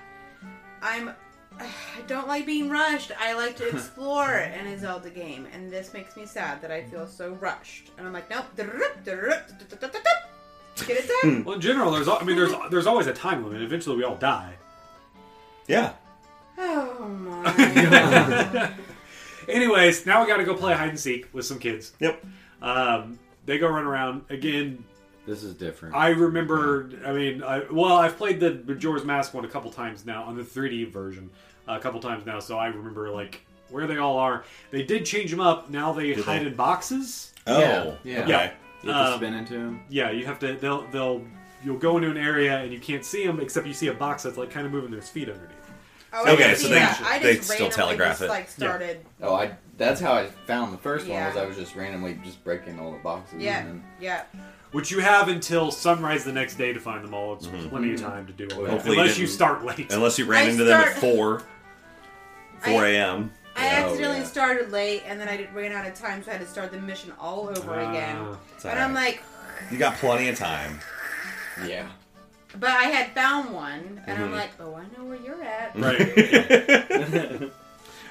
D: I'm I don't like being rushed. I like to explore in a Zelda game, and this makes me sad that I feel so rushed. And I'm like, nope, drup, drup, drup, drup, drup, drup. get it
B: Hmm.
D: done.
A: Well, in general, there's al- I mean, there's there's always a time limit. Eventually, we all die.
B: yeah,
D: Oh my!
A: Anyways, now we got to go play hide and seek with some kids.
B: yep.
A: Um, they go run around again.
C: This is different.
A: I remember. I mean, I, well, I've played the Majora's Mask one a couple times now on the 3D version, a couple times now. So I remember like where they all are. They did change them up. Now they
B: Did
A: hide
B: they?
A: in boxes.
B: Oh,
C: Yeah, yeah.
B: okay.
C: you have to
B: uh,
A: um,
C: spin into him.
A: Yeah, you have to. They'll they'll you'll go into an area and you can't see them except you see a box that's like kind of moving their feet underneath.
D: Oh, I
B: Okay,
D: didn't
B: so
D: see
B: they-
D: that. I
B: they
D: just
B: still
D: randomly
B: telegraph
D: just,
B: it.
D: Like started.
C: Oh, I. That's how I found the first
D: Yeah.
C: one. Was I was just randomly just breaking all the boxes.
D: Yeah,
C: And
D: yeah.
A: Which you have until sunrise the next day to find them all. It's plenty of time to do all that.
B: Hopefully you
A: Unless you
B: didn't-
A: start late.
B: Unless you ran
D: I
B: into them at
D: start-
B: four,
D: I-
B: four a.m.
D: I
C: Yeah, oh,
D: accidentally
C: yeah.
D: started late, and then I did- ran out of time, so I had to start the mission all over
A: Ah,
D: again.
B: it's
D: And I'm
B: alright.
D: like,
B: You got plenty of time.
C: then, yeah.
D: But I had found one, and
B: Mm-hmm.
D: I'm like, oh, I know where you're at.
A: Right.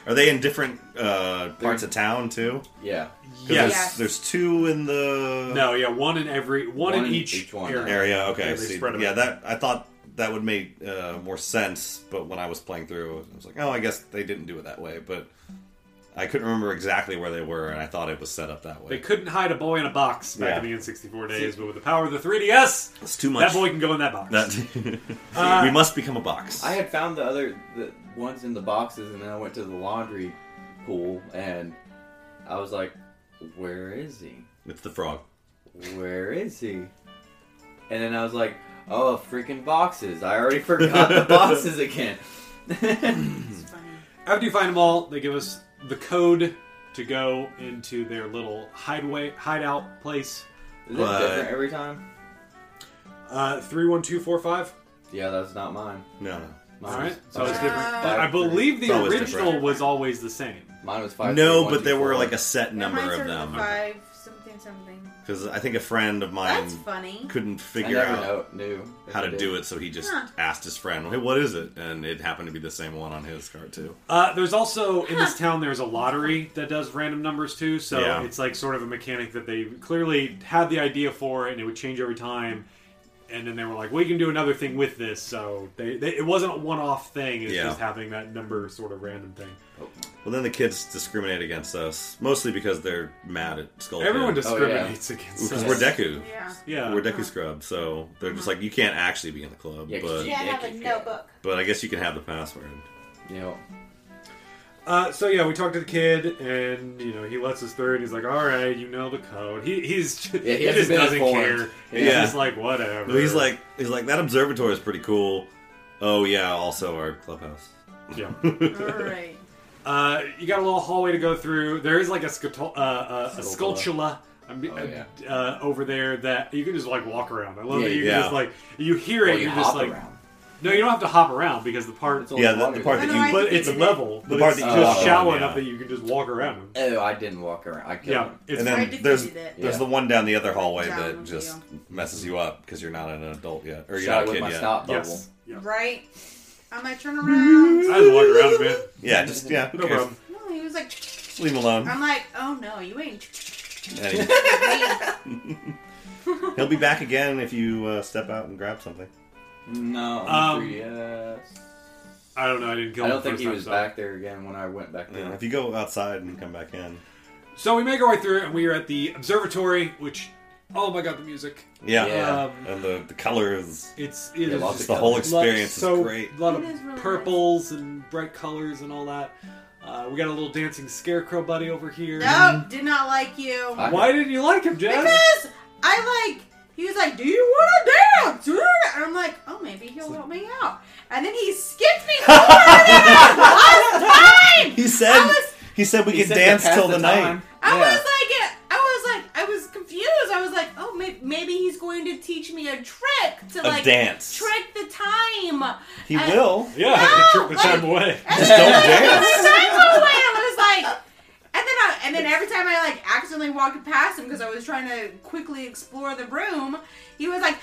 B: Are they in different uh, parts of town too?
C: Yeah.
B: 'Cause
A: Yeah.
B: There's,
D: Yes.
B: there's two in the
A: No, yeah, one in every one, in each,
C: one.
A: area.
B: area. Okay,
A: Yeah, they
B: see.
A: spread 'em
B: yeah.
A: out.
B: That I thought that would make uh, more sense, but when I was playing through, I was like, oh, I guess they didn't do it that way. But I couldn't remember exactly where they were, and I thought it was set up that
A: They
B: way.
A: couldn't hide a boy in a box back
B: Yeah.
A: in the N64 days, but with the power of the 3DS,
B: It's too much.
A: that boy can go in that box.
B: That-
A: Uh,
B: we must become a box.
C: I had found the other the ones in the boxes, and then I went to the laundry pool, and I was like, "Where is he?
B: It's the frog.
C: Where is he?" And then I was like, "Oh, freaking boxes! I already forgot the boxes again."
A: After you find them all, they give us the code to go into their little hideaway hideout place.
C: Is it
B: What?
C: different every time?
A: Uh, three one two four five.
C: Yeah, that's not mine.
B: No, no.
C: Mine
A: All right,
C: was,
A: so it's
C: five-
A: different.
C: five-
A: I believe
B: It's
A: the
B: always
A: original
B: different.
A: was always the same.
C: mine was five.
B: no,
C: three, one,
B: but
C: two,
B: there were
C: four.
B: like a set number
D: Mine
B: of
D: started with
B: them.
D: Five something something.
B: Because I think a friend of mine
D: That's funny.
B: couldn't
C: I
B: figure
C: never
B: out
C: know, knew if
B: how
C: I
B: to
C: did.
B: do it, so he just
D: Huh.
B: asked his friend, "Hey, what is it?" And it happened to be the same one on his card too.
A: Uh, there's also in this town there's a lottery that does random numbers too, so
B: Yeah.
A: it's like sort of a mechanic that they clearly had the idea for, and it would change every time. And then they were like, "We can do another thing with this." So they, they it wasn't a one-off thing; it's
B: Yeah.
A: just having that number sort of random thing.
B: Well, then the kids discriminate against us mostly because they're mad at Skull.
A: Everyone
B: Kid.
A: discriminates against
B: Oh, because
A: us.
B: we're Deku.
D: Yeah.
A: Yeah,
B: We're Deku Scrub, so they're just like, you can't actually be in the club,
C: Yeah, 'cause
B: but
C: you-
E: Yeah, I have a
C: Yankee
E: notebook.
B: but I guess you can have the password.
C: You know,
A: Uh, so yeah, we talked to the kid, and you know he lets us through, and he's like, "All right, you know the code." He, he's
C: he
A: he,
C: hasn't
A: just
C: been
A: doesn't care.
C: informed.
A: He's
B: Yeah.
A: just like whatever.
B: But he's like, he's like that observatory is pretty cool. Oh yeah, also our clubhouse.
A: yeah.
D: All right.
A: Uh, you got a little hallway to go through. There is like a, scuto- uh, uh, a sculptula,
C: Sculptula.
A: I'm,
C: Oh, yeah.
A: uh, over there that you can just like walk around. I love
C: Yeah,
A: that you
B: yeah.
A: can just like you hear it.
C: Well, you
A: are just
C: hop
A: like
C: around.
A: no, you don't have to hop around because the part,
C: It's only
B: Yeah, the,
C: water
B: the part
C: there.
B: that
D: No,
B: you
D: no, I
A: but
D: think
A: it's
D: it-
A: level.
B: The
A: But
B: part
A: it's
B: that you
A: just
C: walk
A: shallow
B: around,
A: enough
B: yeah.
A: that you can just walk around. Them.
C: Oh, I didn't walk around. I killed
A: Yeah,
C: him.
A: it's
B: and
A: fine.
D: I
B: then
D: defeated
B: there's
D: it.
B: there's
C: Yeah.
B: the one down the other hallway
D: Down
B: that
D: with
B: just
D: you.
B: messes you up because you're not an adult yet, or you're
C: Shot
B: not a
C: with
B: kid
C: my
B: yet.
C: snot bubble.
A: yes. Yeah.
D: Right? I'm like, turn around.
A: I just walk around, man.
B: Yeah, just yeah. who
A: No
B: cares?
A: problem.
D: No, he was like,
B: Just Leave him alone.
D: I'm like, oh no, you ain't.
B: And he- he'll be back again if you uh, step out and grab something.
C: No,
A: Um,
C: um, yes.
A: I don't know. I didn't kill.
C: I
A: him
C: don't think
A: first
C: he
A: time,
C: was
A: so.
C: back there again when I went back there.
B: Yeah, If you go outside and come back in,
A: So we make our way through, and we are at the observatory. Which, oh my god, the music!
B: yeah,
C: Yeah.
A: Um,
B: and the the colors,
A: It's it
C: Yeah,
A: is
C: lots
A: just
C: of
B: the whole
C: colors.
B: experience
A: so,
B: is great.
A: A lot of
D: It is really nice.
A: purples and bright colors and all that. Uh, we got a little dancing scarecrow buddy over here.
B: Mm-hmm.
D: Nope, did not like you.
C: I-
A: Why didn't you like him, Jess?
D: Because I like, he was like, do you want to dance? And I'm like, oh, maybe he'll help me out. And then he skipped me over I was fine.
B: He said
D: I was,
B: he said we
C: He
B: could
C: said
B: dance
C: to pass
B: till the, night.
C: time.
D: I
C: Yeah.
D: was like, I was like, I was confused. I was like, oh, maybe, maybe he's going to teach me a trick to
B: A
D: like
B: dance.
D: trick the time.
B: He
D: I-
B: will.
A: yeah,
D: No,
A: trip the time
D: like-
A: away.
B: Just don't dance.
D: I was like, and then I, and then every time I like accidentally walked past him because I was trying to quickly explore the room, he was like,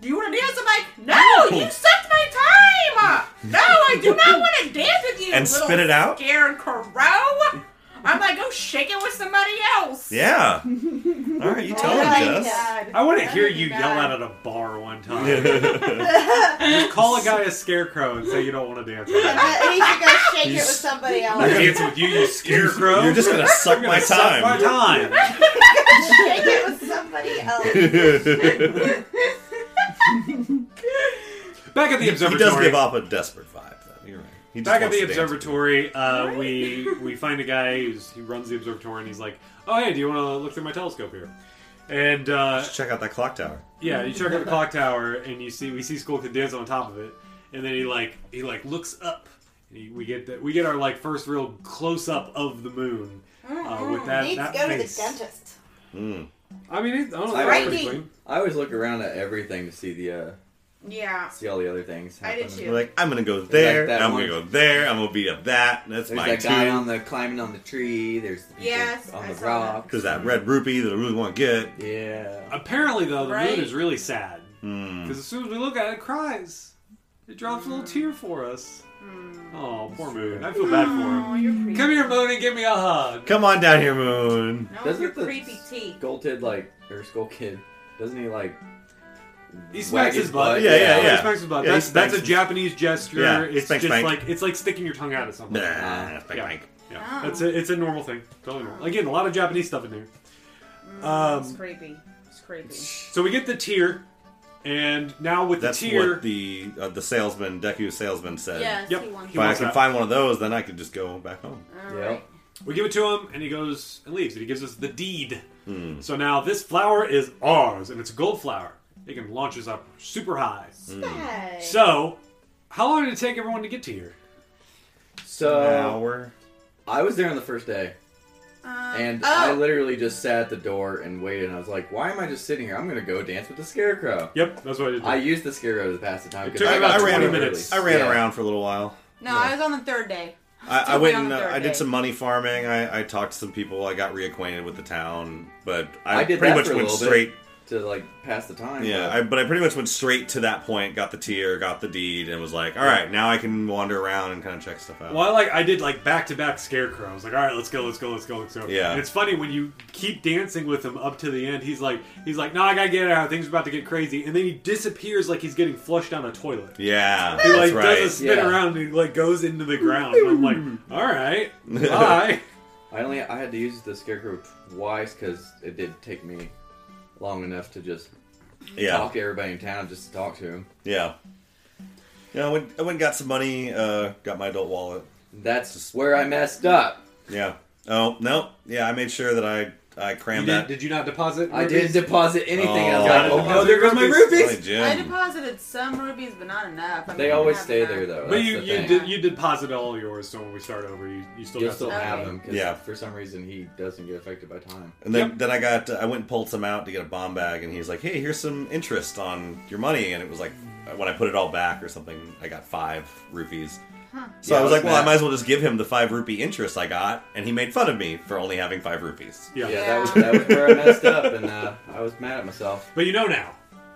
D: "Do you want to dance?" I'm like, "No, you sucked my time. No, I do not want to dance with you."
B: And
D: little
B: spit it out?
D: scarecrow. I'm like, go shake it with somebody else.
B: Yeah. All right, you tell him,
E: Oh, my
B: Jess.
E: God.
A: I want to hear
D: Oh my
A: you
D: God.
A: yell out at a bar one time. Just call a guy a scarecrow and say you don't want to dance. with him.
E: He should go shake it
B: You
E: with
B: s-
E: somebody
A: I'm
E: else.
A: dancing with you, you scarecrow.
B: You're just gonna suck
A: You're
B: my
A: gonna suck my
B: time.
A: time.
E: shake it with somebody else.
A: Back at the
B: he
A: observatory.
B: does give off a desperate vibe, though. You're right. He just
A: Back at
B: wants
A: the
B: to dance with
A: observatory, uh, we we find a guy who's, who runs the observatory, and he's like, "Oh hey, do you want to look through my telescope here?" And uh,
B: you. Check out that clock tower.
A: yeah, you check out the clock tower, and you see we see Skull can dance on top of it, and then he like he like looks up. And he, we get that we get our like first real close up of the moon uh, with that.
E: Mm-hmm. Needs
A: that
E: to go to the
A: face.
E: dentist.
A: I mean, it, I don't know.
C: It's
A: that's pretty
D: frightening.
A: clean.
C: I always look around at everything to see the uh,
D: Yeah.
C: see all the other things.
D: I did
C: happening.
D: too.
B: You're like, I'm gonna go there.
C: that
B: I'm
C: one-
B: gonna go there. I'm gonna beat up that. That's
C: There's
B: my
C: that guy on
B: two.
C: the climbing on the tree. There's the people
D: Yes,
C: on
D: I
C: the
D: saw
C: rock.
B: There's that red rupee that I really want to get.
C: Yeah.
A: Apparently, though, the
D: Right.
A: moon is really sad
B: Hmm.
A: because as soon as we look at it, it cries. It drops a little tear for us. Oh, poor moon. I feel bad for him.
D: Hmm. Oh, you're creepy.
A: Come here, Moon, and give me a hug.
B: Come on down here, Moon.
D: No,
C: Doesn't
D: you're
C: the
D: creepy teeth.
C: Skull Kid like or Skull Kid? Doesn't he like?
A: He
C: wag
A: smacks his butt.
B: Yeah, yeah, yeah.
A: He smacks his butt.
B: Yeah, he
A: that's, that's a
B: smacks-
A: Japanese gesture.
B: Yeah,
A: It's
B: spank,
A: just
B: spank.
A: like it's like sticking your tongue out at something.
B: Nah,
C: Yeah.
B: bang,
A: Yeah.
B: bang.
A: Yeah,
D: Oh.
A: that's a, it's a normal thing. Totally normal. Again, a lot of Japanese stuff in there.
D: it's
A: Um,
D: creepy. It's creepy.
A: so we get the tear, and now with
B: That's
A: the tear,
B: what the uh, the salesman, Deku salesman said.
D: Yes,
A: Yep.
D: he wants
B: If
A: He
D: to.
B: I
A: wants
B: can
A: that.
B: find one of those, then I could just go back home.
D: All
C: Yep.
D: right.
A: we give it to him, and he goes and leaves, and he gives us the deed.
B: Hmm.
A: So now this flower is ours, and it's a gold flower. It can launch us up super high.
B: Hmm.
E: Hey.
A: So, how long did it take everyone to get to here?
C: Uh, So
B: Hour.
C: I was there on the first day,
D: Um,
C: and
D: oh,
C: I literally just sat at the door and waited. And I was like, "Why am I just sitting here? I'm gonna go dance with the scarecrow."
A: Yep, that's what I did.
C: I used the scarecrow to pass the time.
A: It
C: 'cause
A: took
C: I
A: about
C: got
B: 20
C: there early.
A: minutes.
B: I ran
C: Yeah.
B: around for a little while.
D: no, I was on the third day.
B: I, I
D: Still
B: went
D: on
B: and
D: the
B: uh,
D: third
B: I
D: day.
B: did some money farming. I, I talked to some people. I got reacquainted with the town, but I,
C: I did
B: pretty
C: that
B: much
C: for a
B: went
C: little bit.
B: straight.
C: to like pass the time.
B: Yeah,
C: but-
B: I, but I pretty much went straight to that point. Got the tier, got the deed, and was like, all right, now I can wander around and kind of check stuff out.
A: Well, I like I did like back to back scarecrows. Like, all right, let's go, let's go, let's go, let's go.
B: Yeah.
A: And it's funny when you keep dancing with him up to the end. He's like, he's like, no, I gotta get out. Things are about to get crazy, and then he disappears like he's getting flushed down a toilet.
B: Yeah,
A: He
B: that's
A: like
B: right.
A: does a spin
C: Yeah.
A: around and he like goes into the ground. And I'm like, all right, bye.
C: I only I had to use the scarecrow twice because it did take me long enough to just
B: yeah,
C: talk to everybody in town just to talk to him.
B: yeah. Yeah, I went, I went and got some money. Uh, got my adult wallet.
C: That's where I messed up.
B: Yeah. Oh no. Yeah, I made sure that I I
F: You
B: crammed
F: did,
B: that.
F: did you not deposit?
C: I
F: rubies?
C: didn't deposit anything. I was
B: Oh.
C: like, oh, no, there goes my
B: Really,
C: rupees.
B: Jim.
D: I deposited some rubies, but not enough. I
C: They
D: mean, I
C: always
D: have
C: stay
D: enough.
C: there though.
A: But
C: That's
A: you
C: the
A: you
C: thing.
A: did you deposit all yours, so when we start over, you, you still
C: You'll
A: got
C: still
A: some.
D: Okay.
C: have them. 'cause
B: Yeah.
C: For some reason, he doesn't get affected by time.
B: And then, then I got I went and pulled some out to get a bomb bag, and he's like, "Hey, here's some interest on your money." And it was like when I put it all back or something, I got five rupees. So
C: Yeah,
B: I was
C: I
B: like,
C: was
B: "Well, I
C: mad.
B: might as well just give him the five rupee interest I got," and he made fun of me for only having five rupees.
A: Yeah.
C: Yeah, that was that was where I messed up, and uh, I was mad at myself.
A: But you know now.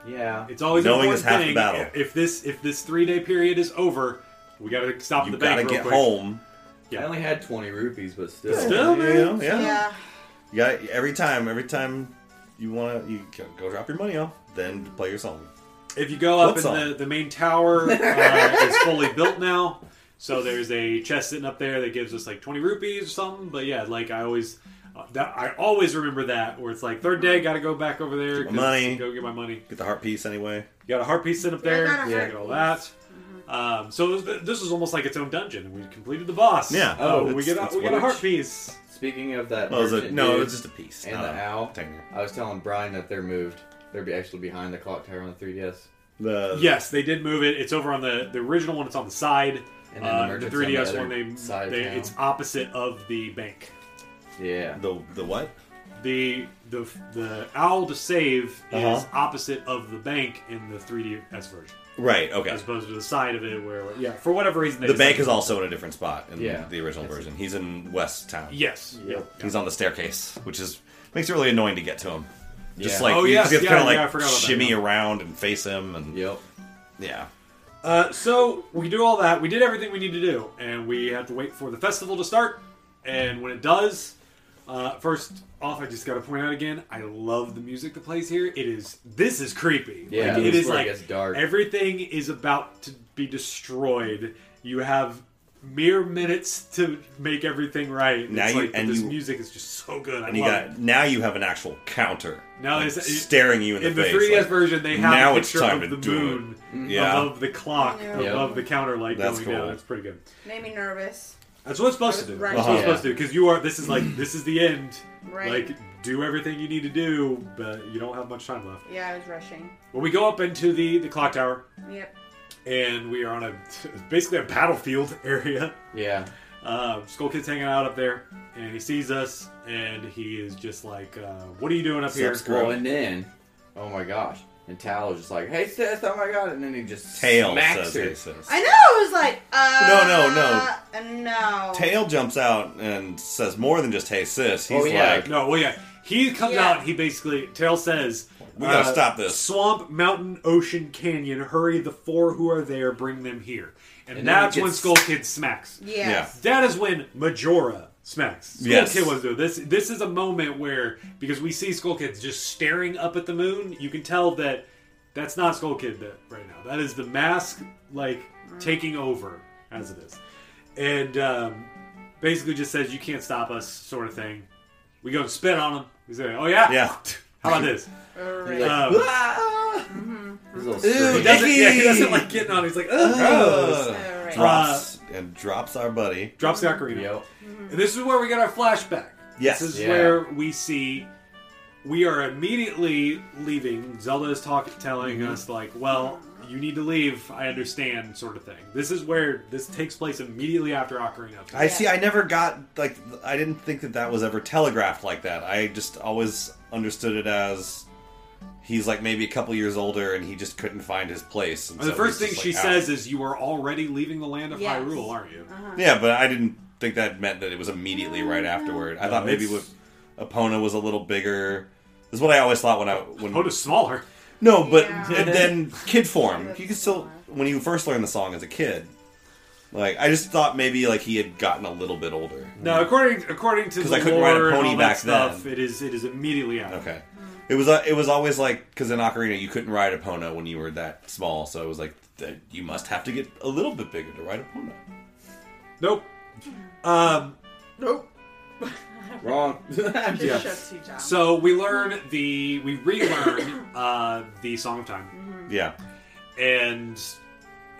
C: Yeah.
A: It's always
B: Knowing
A: an
B: is
A: important
B: half the
A: thing.
B: battle.
A: If this if this three day period is over, we gotta stop at
B: You
A: the bank
B: gotta
A: real
B: get
A: quick.
B: home.
A: Yeah.
C: I only had 20 rupees, but still.
A: Still,
B: You
A: man.
B: know, yeah.
D: Yeah.
B: You got every time. Every time you want to, you go- go drop your money off, then play your song.
A: If you go up
B: What's
A: in
B: on?
A: the, the main tower, uh, it's fully built now. So there's a chest sitting up there that gives us like 20 rupees or something. But yeah, like I always, uh, that, I always remember that where it's like third day, gotta go back over there,
B: Get
A: 'cause-
B: my money.
A: go get my money.
B: Get the heart piece anyway.
A: You got a heart piece sitting up
D: Yeah, I
A: there,
D: got a
A: yeah,
D: heart Mm-hmm.
A: get all that. Um, so it was- this is almost like its own dungeon. We completed the boss.
B: Yeah.
A: Oh,
C: Oh,
A: we
B: it's-
A: get
B: it's
A: a, we get a
B: one
A: heart
B: each.
A: piece.
C: Speaking of that,
B: Well, Oh, it was a,
C: merchant
B: no,
C: dude
B: it was just a uh, piece.
C: and
B: not
C: the
B: a
C: owl.
B: Tanger.
C: I was telling Brian that they're moved. They're be- actually behind the clock tower on the 3ds.
B: The
A: Yes, they did move it. It's over on the the original one. It's on the side.
C: And then the
A: Uh, the
C: merchant's
A: 3DS
C: on the
A: one,
C: other
A: they,
C: side of
A: they
C: town.
A: it's opposite of the bank.
C: Yeah.
B: the the what?
A: the the the owl to save is
B: Uh-huh.
A: opposite of the bank in the 3DS version,
B: Right. Okay.
A: as opposed to the side of it where yeah for whatever reason they
B: The bank
A: decided-
B: is also in a different spot in
C: Yeah.
B: the original
C: That's-
B: version. He's in West Town.
A: yes yeah.
B: He's on the staircase, which is makes it really annoying to get to him. Just
C: Yeah.
B: like
A: Oh,
B: you
A: yes,
B: just
A: yeah,
B: kind of
A: yeah, I
B: like
A: forgot about that,
B: shimmy
A: yeah.
B: around and face him, and
C: Yep.
B: yeah,
A: Uh, so we do all that we did everything we need to do and we have to wait for the festival to start and when it does uh, first off I just gotta point out again I love the music that plays here it is this is creepy
C: Yeah,
A: like, it
C: this
A: is
C: is where it
A: like
C: gets dark.
A: everything is about to be destroyed you have mere minutes to make everything right
B: Now
A: It's
B: you-
A: like,
B: and
A: this
B: you-
A: music is just so good I
B: and you
A: love
B: got
A: it.
B: now you have an actual counter.
A: Now
B: like,
A: it's- uh,
B: staring you in,
A: in the
B: the, face.
A: 3ds
B: like,
A: version they have
B: now
A: a
B: it's
A: picture
B: time
A: of
B: to
A: the
B: do it.
A: moon
B: Yeah.
A: above the clock
D: Yeah.
A: above the counter light
B: That's
A: going down
B: cool.
A: it's pretty good
D: Made me nervous.
A: That's what it's supposed to do.
D: Right.
A: That's what it's
C: Uh-huh.
A: supposed to do because you are. This is like this is the end.
D: Right.
A: Like do everything you need to do, but you don't have much time left.
D: Yeah, I was rushing.
A: Well, we go up into the the clock tower,
D: Yep.
A: and we are on a basically a battlefield area.
C: Yeah.
A: Uh, Skull Kid's hanging out up there, and he sees us, and he is just like, uh, "What are you doing up here?"
B: Sup, Scrub?
C: Well, and then, oh my gosh. And Tal was just like, hey, sis, oh my god. And then he just
B: Tail
C: smacks
B: says,
C: her.
B: he says.
D: I know. I was like, uh,
B: No,
D: no, no, no.
B: Tail jumps out and says more than just "Hey sis." He's
C: Oh, yeah.
B: like,
A: No, well, yeah. He comes
D: Yeah.
A: out. He basically Tail says, uh,
B: We gotta stop this.
A: Swamp, mountain, ocean, canyon. Hurry the four who are there. Bring them here." And,
C: And then he
A: that's when
C: gets-
A: Skull Kid smacks.
D: Yes.
A: That is when Majora smacks. Skull
B: Yes.
A: Kid was there. This this is a moment where because we see Skull Kid just staring up at the moon, you can tell that that's not Skull Kid that, right now. That is the mask like taking over as it is, and um, basically just says you can't stop us, sort of thing. We go and spit on him. He's like, oh yeah,
B: Yeah.
A: How about this?
D: Alright.
C: He's like,
A: Um,
C: "Ah!" His little
B: Ew,
A: He
C: scream.
A: doesn't, yeah, he
B: Icky.
A: doesn't like getting on. He's like, oh, gross.
B: "Ugh."
D: Alright.
B: drops and drops our buddy.
A: Drops the ocarina.
C: Yep.
A: And this is where we get our flashback.
B: Yes.
A: This is
C: Yeah.
A: where we see we are immediately leaving. Zelda is talking, telling
B: Mm-hmm.
A: us like, "Well, you need to leave. I understand," sort of thing. This is where this takes place immediately after Ocarina. of Time.
B: I see. I never got like I didn't think that that was ever telegraphed like that. I just always understood it as he's like maybe a couple years older and he just couldn't find his place. And
A: And the
B: so
A: first
B: he's
A: thing
B: just
A: she
B: like,
A: says is, "You are already leaving the land of
D: Yes.
A: Hyrule, aren't you?"
B: "Ow." "Yeah," but I didn't think that meant that it was immediately right afterward. I thought maybe
A: it's-
B: with Epona was a little bigger. This is what I always thought when I when
A: Oh, it's smaller.
B: no, but
D: Yeah.
B: and then kid form. You can still when you first learn the song as a kid. Like I just thought maybe like he had gotten a little bit older.
A: No, according according to
B: Mm-hmm. 'Cause
A: the
B: I couldn't
A: lore
B: ride a
A: and
B: pony
A: all that
B: back
A: stuff,
B: then.
A: it is it is immediately after.
B: Okay. It was uh, it was always like because in Ocarina you couldn't ride a Pono when you were that small, so it was like th- you must have to get a little bit bigger to ride a Pono.
A: Nope. Um,
D: Nope.
C: Wrong.
D: Just
A: Yeah.
D: shuts you down.
A: so we learn the we relearn uh, the Song of Time.
B: Yeah,
A: and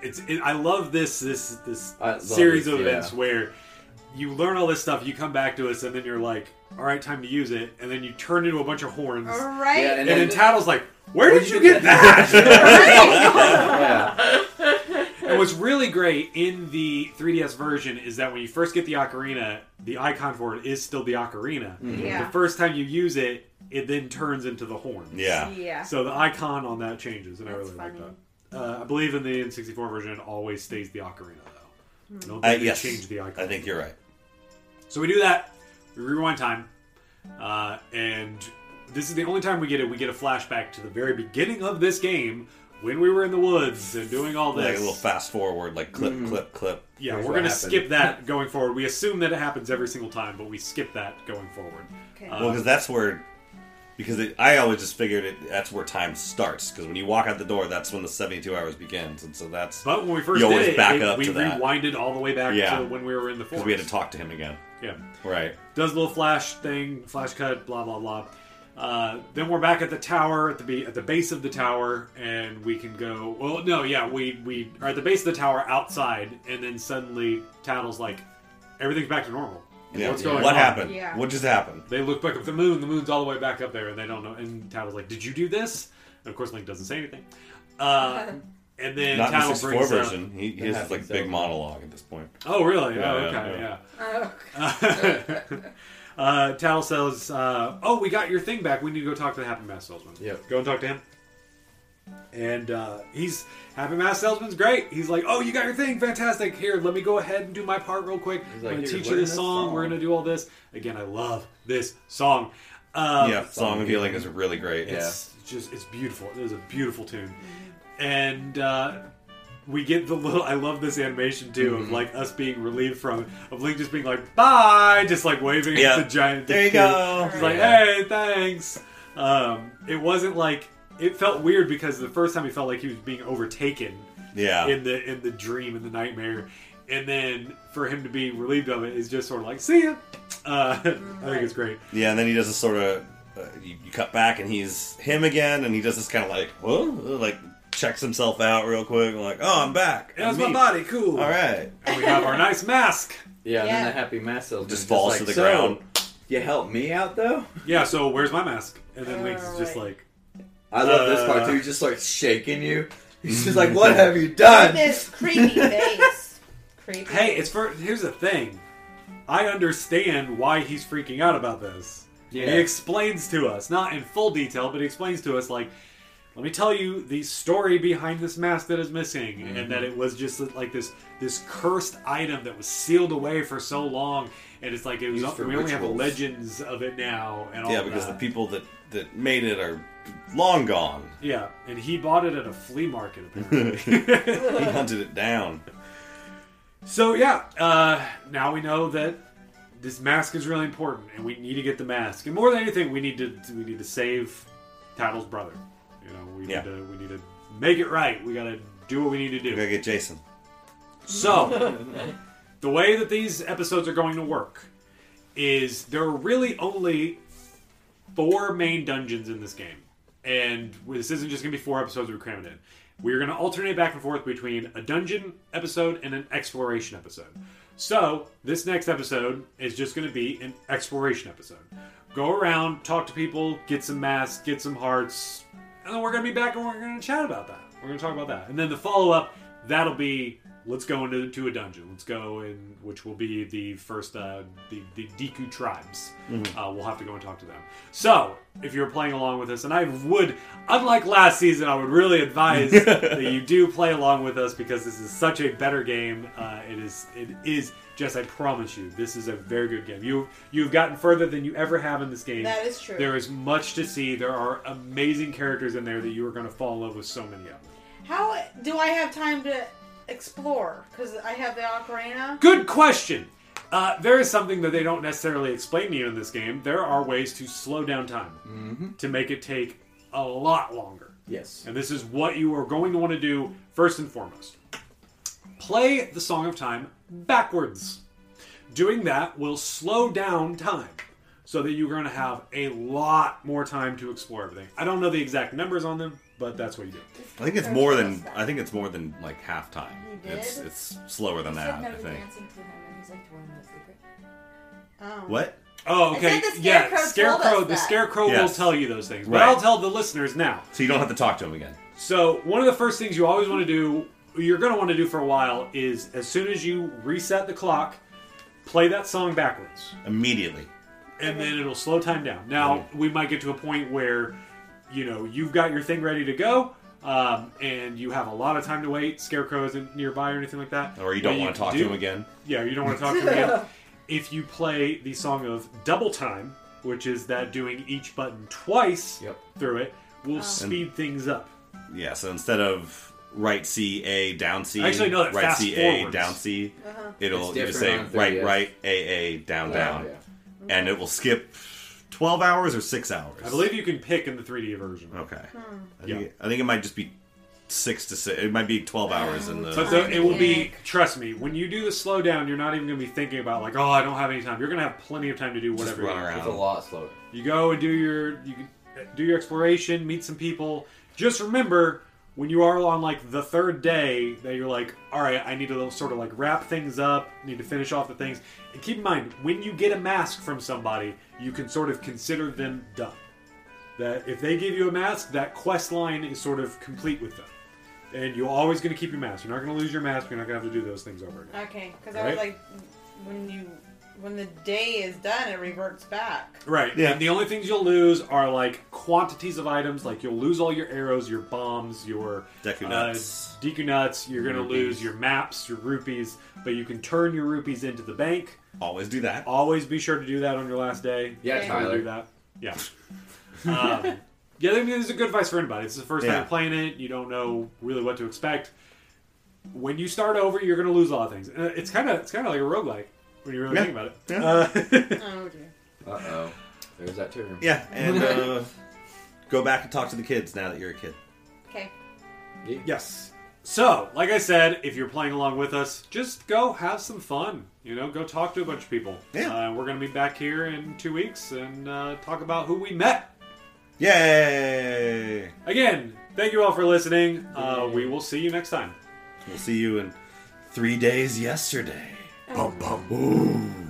A: it's it, I love this this this
C: I love
A: series
C: this,
A: of
C: yeah.
A: events where you learn all this stuff, you come back to us, and then you're like, all right, time to use it, and then you turn into a bunch of horns.
D: All right.
C: Yeah,
A: And then Tattle's like, where
C: Where'd
A: did
C: you
A: you get
C: get
A: that?
C: yeah.
A: and what's really great in the 3DS version is that when you first get the ocarina, the icon for it is still the ocarina.
D: Yeah.
A: The first time you use it, it then turns into the horn.
B: Yeah.
D: yeah.
A: So the icon on that changes, and I
D: That's
A: really
D: funny.
A: like that. Uh, I believe in the N64 version, it always stays the ocarina, though. I
D: Hmm.
A: don't think
B: I,
A: they
B: Uh, yes.
A: change the icon.
B: I think you're right.
A: So we do that. We rewind time, uh, and this is the only time we get it. We get a flashback to the very beginning of this game when we were in the woods and doing all this.
B: Like a little fast forward, like clip, clip, clip.
A: Mm-hmm. yeah,
C: Here's
A: we're
C: what
A: gonna
C: happened.
A: skip that going forward. We assume that it happens every single time, but we skip that going forward.
D: Okay.
B: Well, because that's where, because it, I always just figured it, that's where time starts. Because when you walk out the door, that's when the seventy-two hours begins, and so that's
A: But when we first
B: You
A: did
B: always
A: it,
B: back
A: it-
B: up
A: we
B: to that.
A: rewinded all the way back
B: Yeah.
A: to when we were in the
B: because
A: forest.
B: we had to talk to him again,
A: Yeah.
B: right?
A: does a little flash thing, flash cut, blah blah blah. Uh, then we're back at the tower, at the be- at the base of the tower, and we can go. Well, no, yeah, we we are at the base of the tower outside, and then suddenly Tattle's like, everything's back to normal. And
B: Yeah.
A: What's going
B: what
A: on?
B: happened?
D: Yeah.
B: What just happened?
A: They look back up the moon. The moon's all the way back up there, and they don't know. And Tattle's like, "Did you do this?" And of course, Link doesn't say anything. Uh, and then
B: Not in
A: Tattle
B: the
A: brings
B: six-four
A: up,
B: version. He, he has
C: That
B: like
C: happens
B: big
C: every-
B: monologue at this point.
A: Oh, really?
B: Yeah,
A: oh,
B: yeah,
A: okay,
B: yeah.
A: yeah. uh, Tattle says, uh, "Oh, we got your thing back. We need to go talk to the Happy Mask salesman.
C: Yep.
A: go and talk to him." And uh, he's Happy Mask salesman's great. He's like, "Oh, you got your thing, fantastic. Here, let me go ahead and do my part real quick.
C: He's
A: I'm
C: like,
A: gonna
C: "Here,
A: teach you
C: learn
A: this
C: this
A: song. We're
C: song."
A: gonna do all this again. I love this song. Um,
B: yeah, Song of Healing is really great.
A: it's just it's beautiful. It is a beautiful tune, and uh, we get the little. I love this animation too
B: Mm-hmm.
A: of like us being relieved from it, of Link just being like bye, just like waving
B: Yeah.
A: at the giant.
B: There you
A: kid.
B: go.
A: He's like,
C: Yeah.
A: hey, thanks. Um, it wasn't like it felt weird because the first time he felt like he was being overtaken
B: Yeah.
A: in the in the dream in the nightmare, and then for him to be relieved of it is just sort of like see ya. Uh, I think it's great.
B: Yeah, and then he does this sort of uh, you, you cut back, and he's him again, and he does this kind of like whoa, like checks himself out real quick, and like oh, I'm back.
A: That was
B: I'm
A: my
B: me.
A: body, cool.
B: All right,
A: And we have our nice mask.
C: Yeah, and then
E: Yeah.
C: the happy mass salesman
B: just falls
C: like,
B: to the
C: "So,
B: ground.
C: You helped me out though.
A: Yeah, so where's my mask? And then Link's is just like,
C: I love this
A: Uh.
C: part too. He just starts shaking you. He's just like, "What have you done?"
E: This creepy face. creepy.
A: "Hey, it's for here's the thing. I understand why he's freaking out about this.
C: Yeah.
A: He explains to us, not in full detail, but he explains to us like, let me tell you the story behind this mask that is missing,
C: Mm-hmm.
A: and that it was just like this this cursed item that was sealed away for so long, and it's like it was we
C: Used for
A: only have
C: rituals.
A: legends of it now, and all
B: yeah,
A: of
B: because the
A: that.
B: people that that made it are long gone.
A: yeah, and he bought it at a flea market apparently.
B: He hunted it down.
A: So yeah, uh, now we know that this mask is really important, and we need to get the mask. And more than anything, we need to we need to save Tattle's brother. You know, we
B: Yeah.
A: need to we need to make it right. We gotta do what we need to
B: We gotta
A: do.
B: get Jason.
A: So the way that these episodes are going to work is there are really only four main dungeons in this game, and this isn't just gonna be four episodes we're cramming in. We're gonna alternate back and forth between a dungeon episode and an exploration episode. So this next episode is just gonna be an exploration episode. Go around, talk to people, get some masks, get some hearts, and then we're gonna be back and we're gonna chat about that. We're gonna talk about that, and then the follow up that'll be let's go into to a dungeon. Let's go in, which will be the first uh, the the Deku tribes. Uh, we'll have to go and talk to them. So if you're playing along with us, and I would, unlike last season, I would really advise that you do play along with us because this is such a better game. Uh, it is it is. Jess, I promise you, this is a very good game. You you've gotten further than you ever have in this game.
E: That is true.
A: There is much to see. There are amazing characters in there that you are going to fall in love with. So many of them.
E: How do I have time to explore? Because I have the ocarina.
A: Good question. Uh, there is something that they don't necessarily explain to you in this game. There are ways to slow down time
B: Mm-hmm.
A: to make it take a lot longer.
C: Yes.
A: And this is what you are going to want to do first and foremost. Play the Song of Time backwards. Doing that will slow down time so that you're going to have a lot more time to explore everything. I don't know the exact numbers on them, but that's what you do.
B: I think it's more than I think it's more than like half time.
E: You did?
B: It's it's slower than that. I think.
F: dancing to him, and he's like, "Do you want to know the secret?"
E: Oh.
B: What?
A: Oh,
E: I
A: okay.
E: said the
A: yeah,
E: Scarecrow told
A: scarecrow.
E: us
A: the
E: that.
A: scarecrow will
B: Yes.
A: tell you those things, but
B: Right.
A: I'll tell the listeners now.
B: So you don't have to talk to him again.
A: So one of the first things you always want to do, you're going to want to do for a while, is as soon as you reset the clock, play that song backwards,
B: Immediately.
A: and then it'll slow time down. Now we might get to a point where, you know, you've got your thing ready to go. Um, and you have a lot of time to wait. Scarecrow isn't nearby or anything like that.
B: Or you don't
A: What
B: want to
A: can
B: talk
A: do-
B: to him again.
A: Yeah, you don't want to talk to him again. If you play the song of Double Time, which is that doing each button twice
C: Yep.
A: through it, will speed things up.
B: Yeah, so instead of right C A down C,
A: Actually, no, that
B: right
A: fast
B: C A
A: forwards.
B: down C, it'll
C: It's
B: you just say
C: different on
B: right
C: 3DS.
B: right A A down down,
C: yeah.
B: and it will skip twelve hours or six hours.
A: I believe you can pick in the 3D version.
B: Okay. I,
A: Yeah.
B: think, I think it might just be six to six. It might be twelve hours uh, in the.
A: But the, it will be, trust me, when you do the slowdown, you're not even going to be thinking about, like, oh, I don't have any time. You're going to have plenty of time to do
B: just
A: whatever.
B: run
A: you-
C: It's a
B: around.
C: lot slower.
A: You go and do your, you can uh, do your exploration, meet some people. Just remember, when you are on, like, the third day, that you're like, all right, I need to sort of, like, wrap things up, need to finish off the things. And keep in mind, when you get a mask from somebody, you can sort of consider them done. That if they give you a mask, that quest line is sort of complete with them. And you're always going to keep your mask. You're not going to lose your mask. You're not going to have to do those things over again.
F: Okay, because I was
A: Right.
F: like, when you when the day is done, it reverts back.
A: Right.
B: Yeah.
A: And the only things you'll lose are like quantities of items. Like you'll lose all your arrows, your bombs, your uh,
B: Deku nuts.
A: Deku nuts. You're going to
C: Rupees.
A: lose your maps, your rupees. But you can turn your rupees into the bank.
B: Always do that.
A: Always be sure to do that on your last day.
C: Yeah,
A: Try to
C: Tyler.
A: do that. Yeah. um, yeah, I think this is a good advice for anybody. It's the first
B: Yeah.
A: time playing it. You don't know really what to expect. When you start over, you're going to lose a lot of things. Uh, It's kind of it's kind of like a roguelike when you really
B: Yeah.
A: think about it.
B: Yeah.
A: Uh,
F: Oh dear.
C: Uh oh. There's that term.
B: Yeah, and uh, go back and talk to the kids now that you're a kid.
F: Okay.
A: yes. So, like I said, if you're playing along with us, just go have some fun. You know, go talk to a bunch of people.
B: Yeah.
A: Uh, we're going to be back here in two weeks and uh, talk about who we met.
B: Yay!
A: Again, thank you all for listening. Uh, we will see you next time.
B: We'll see you in three days yesterday. Bum, bum. Ooh.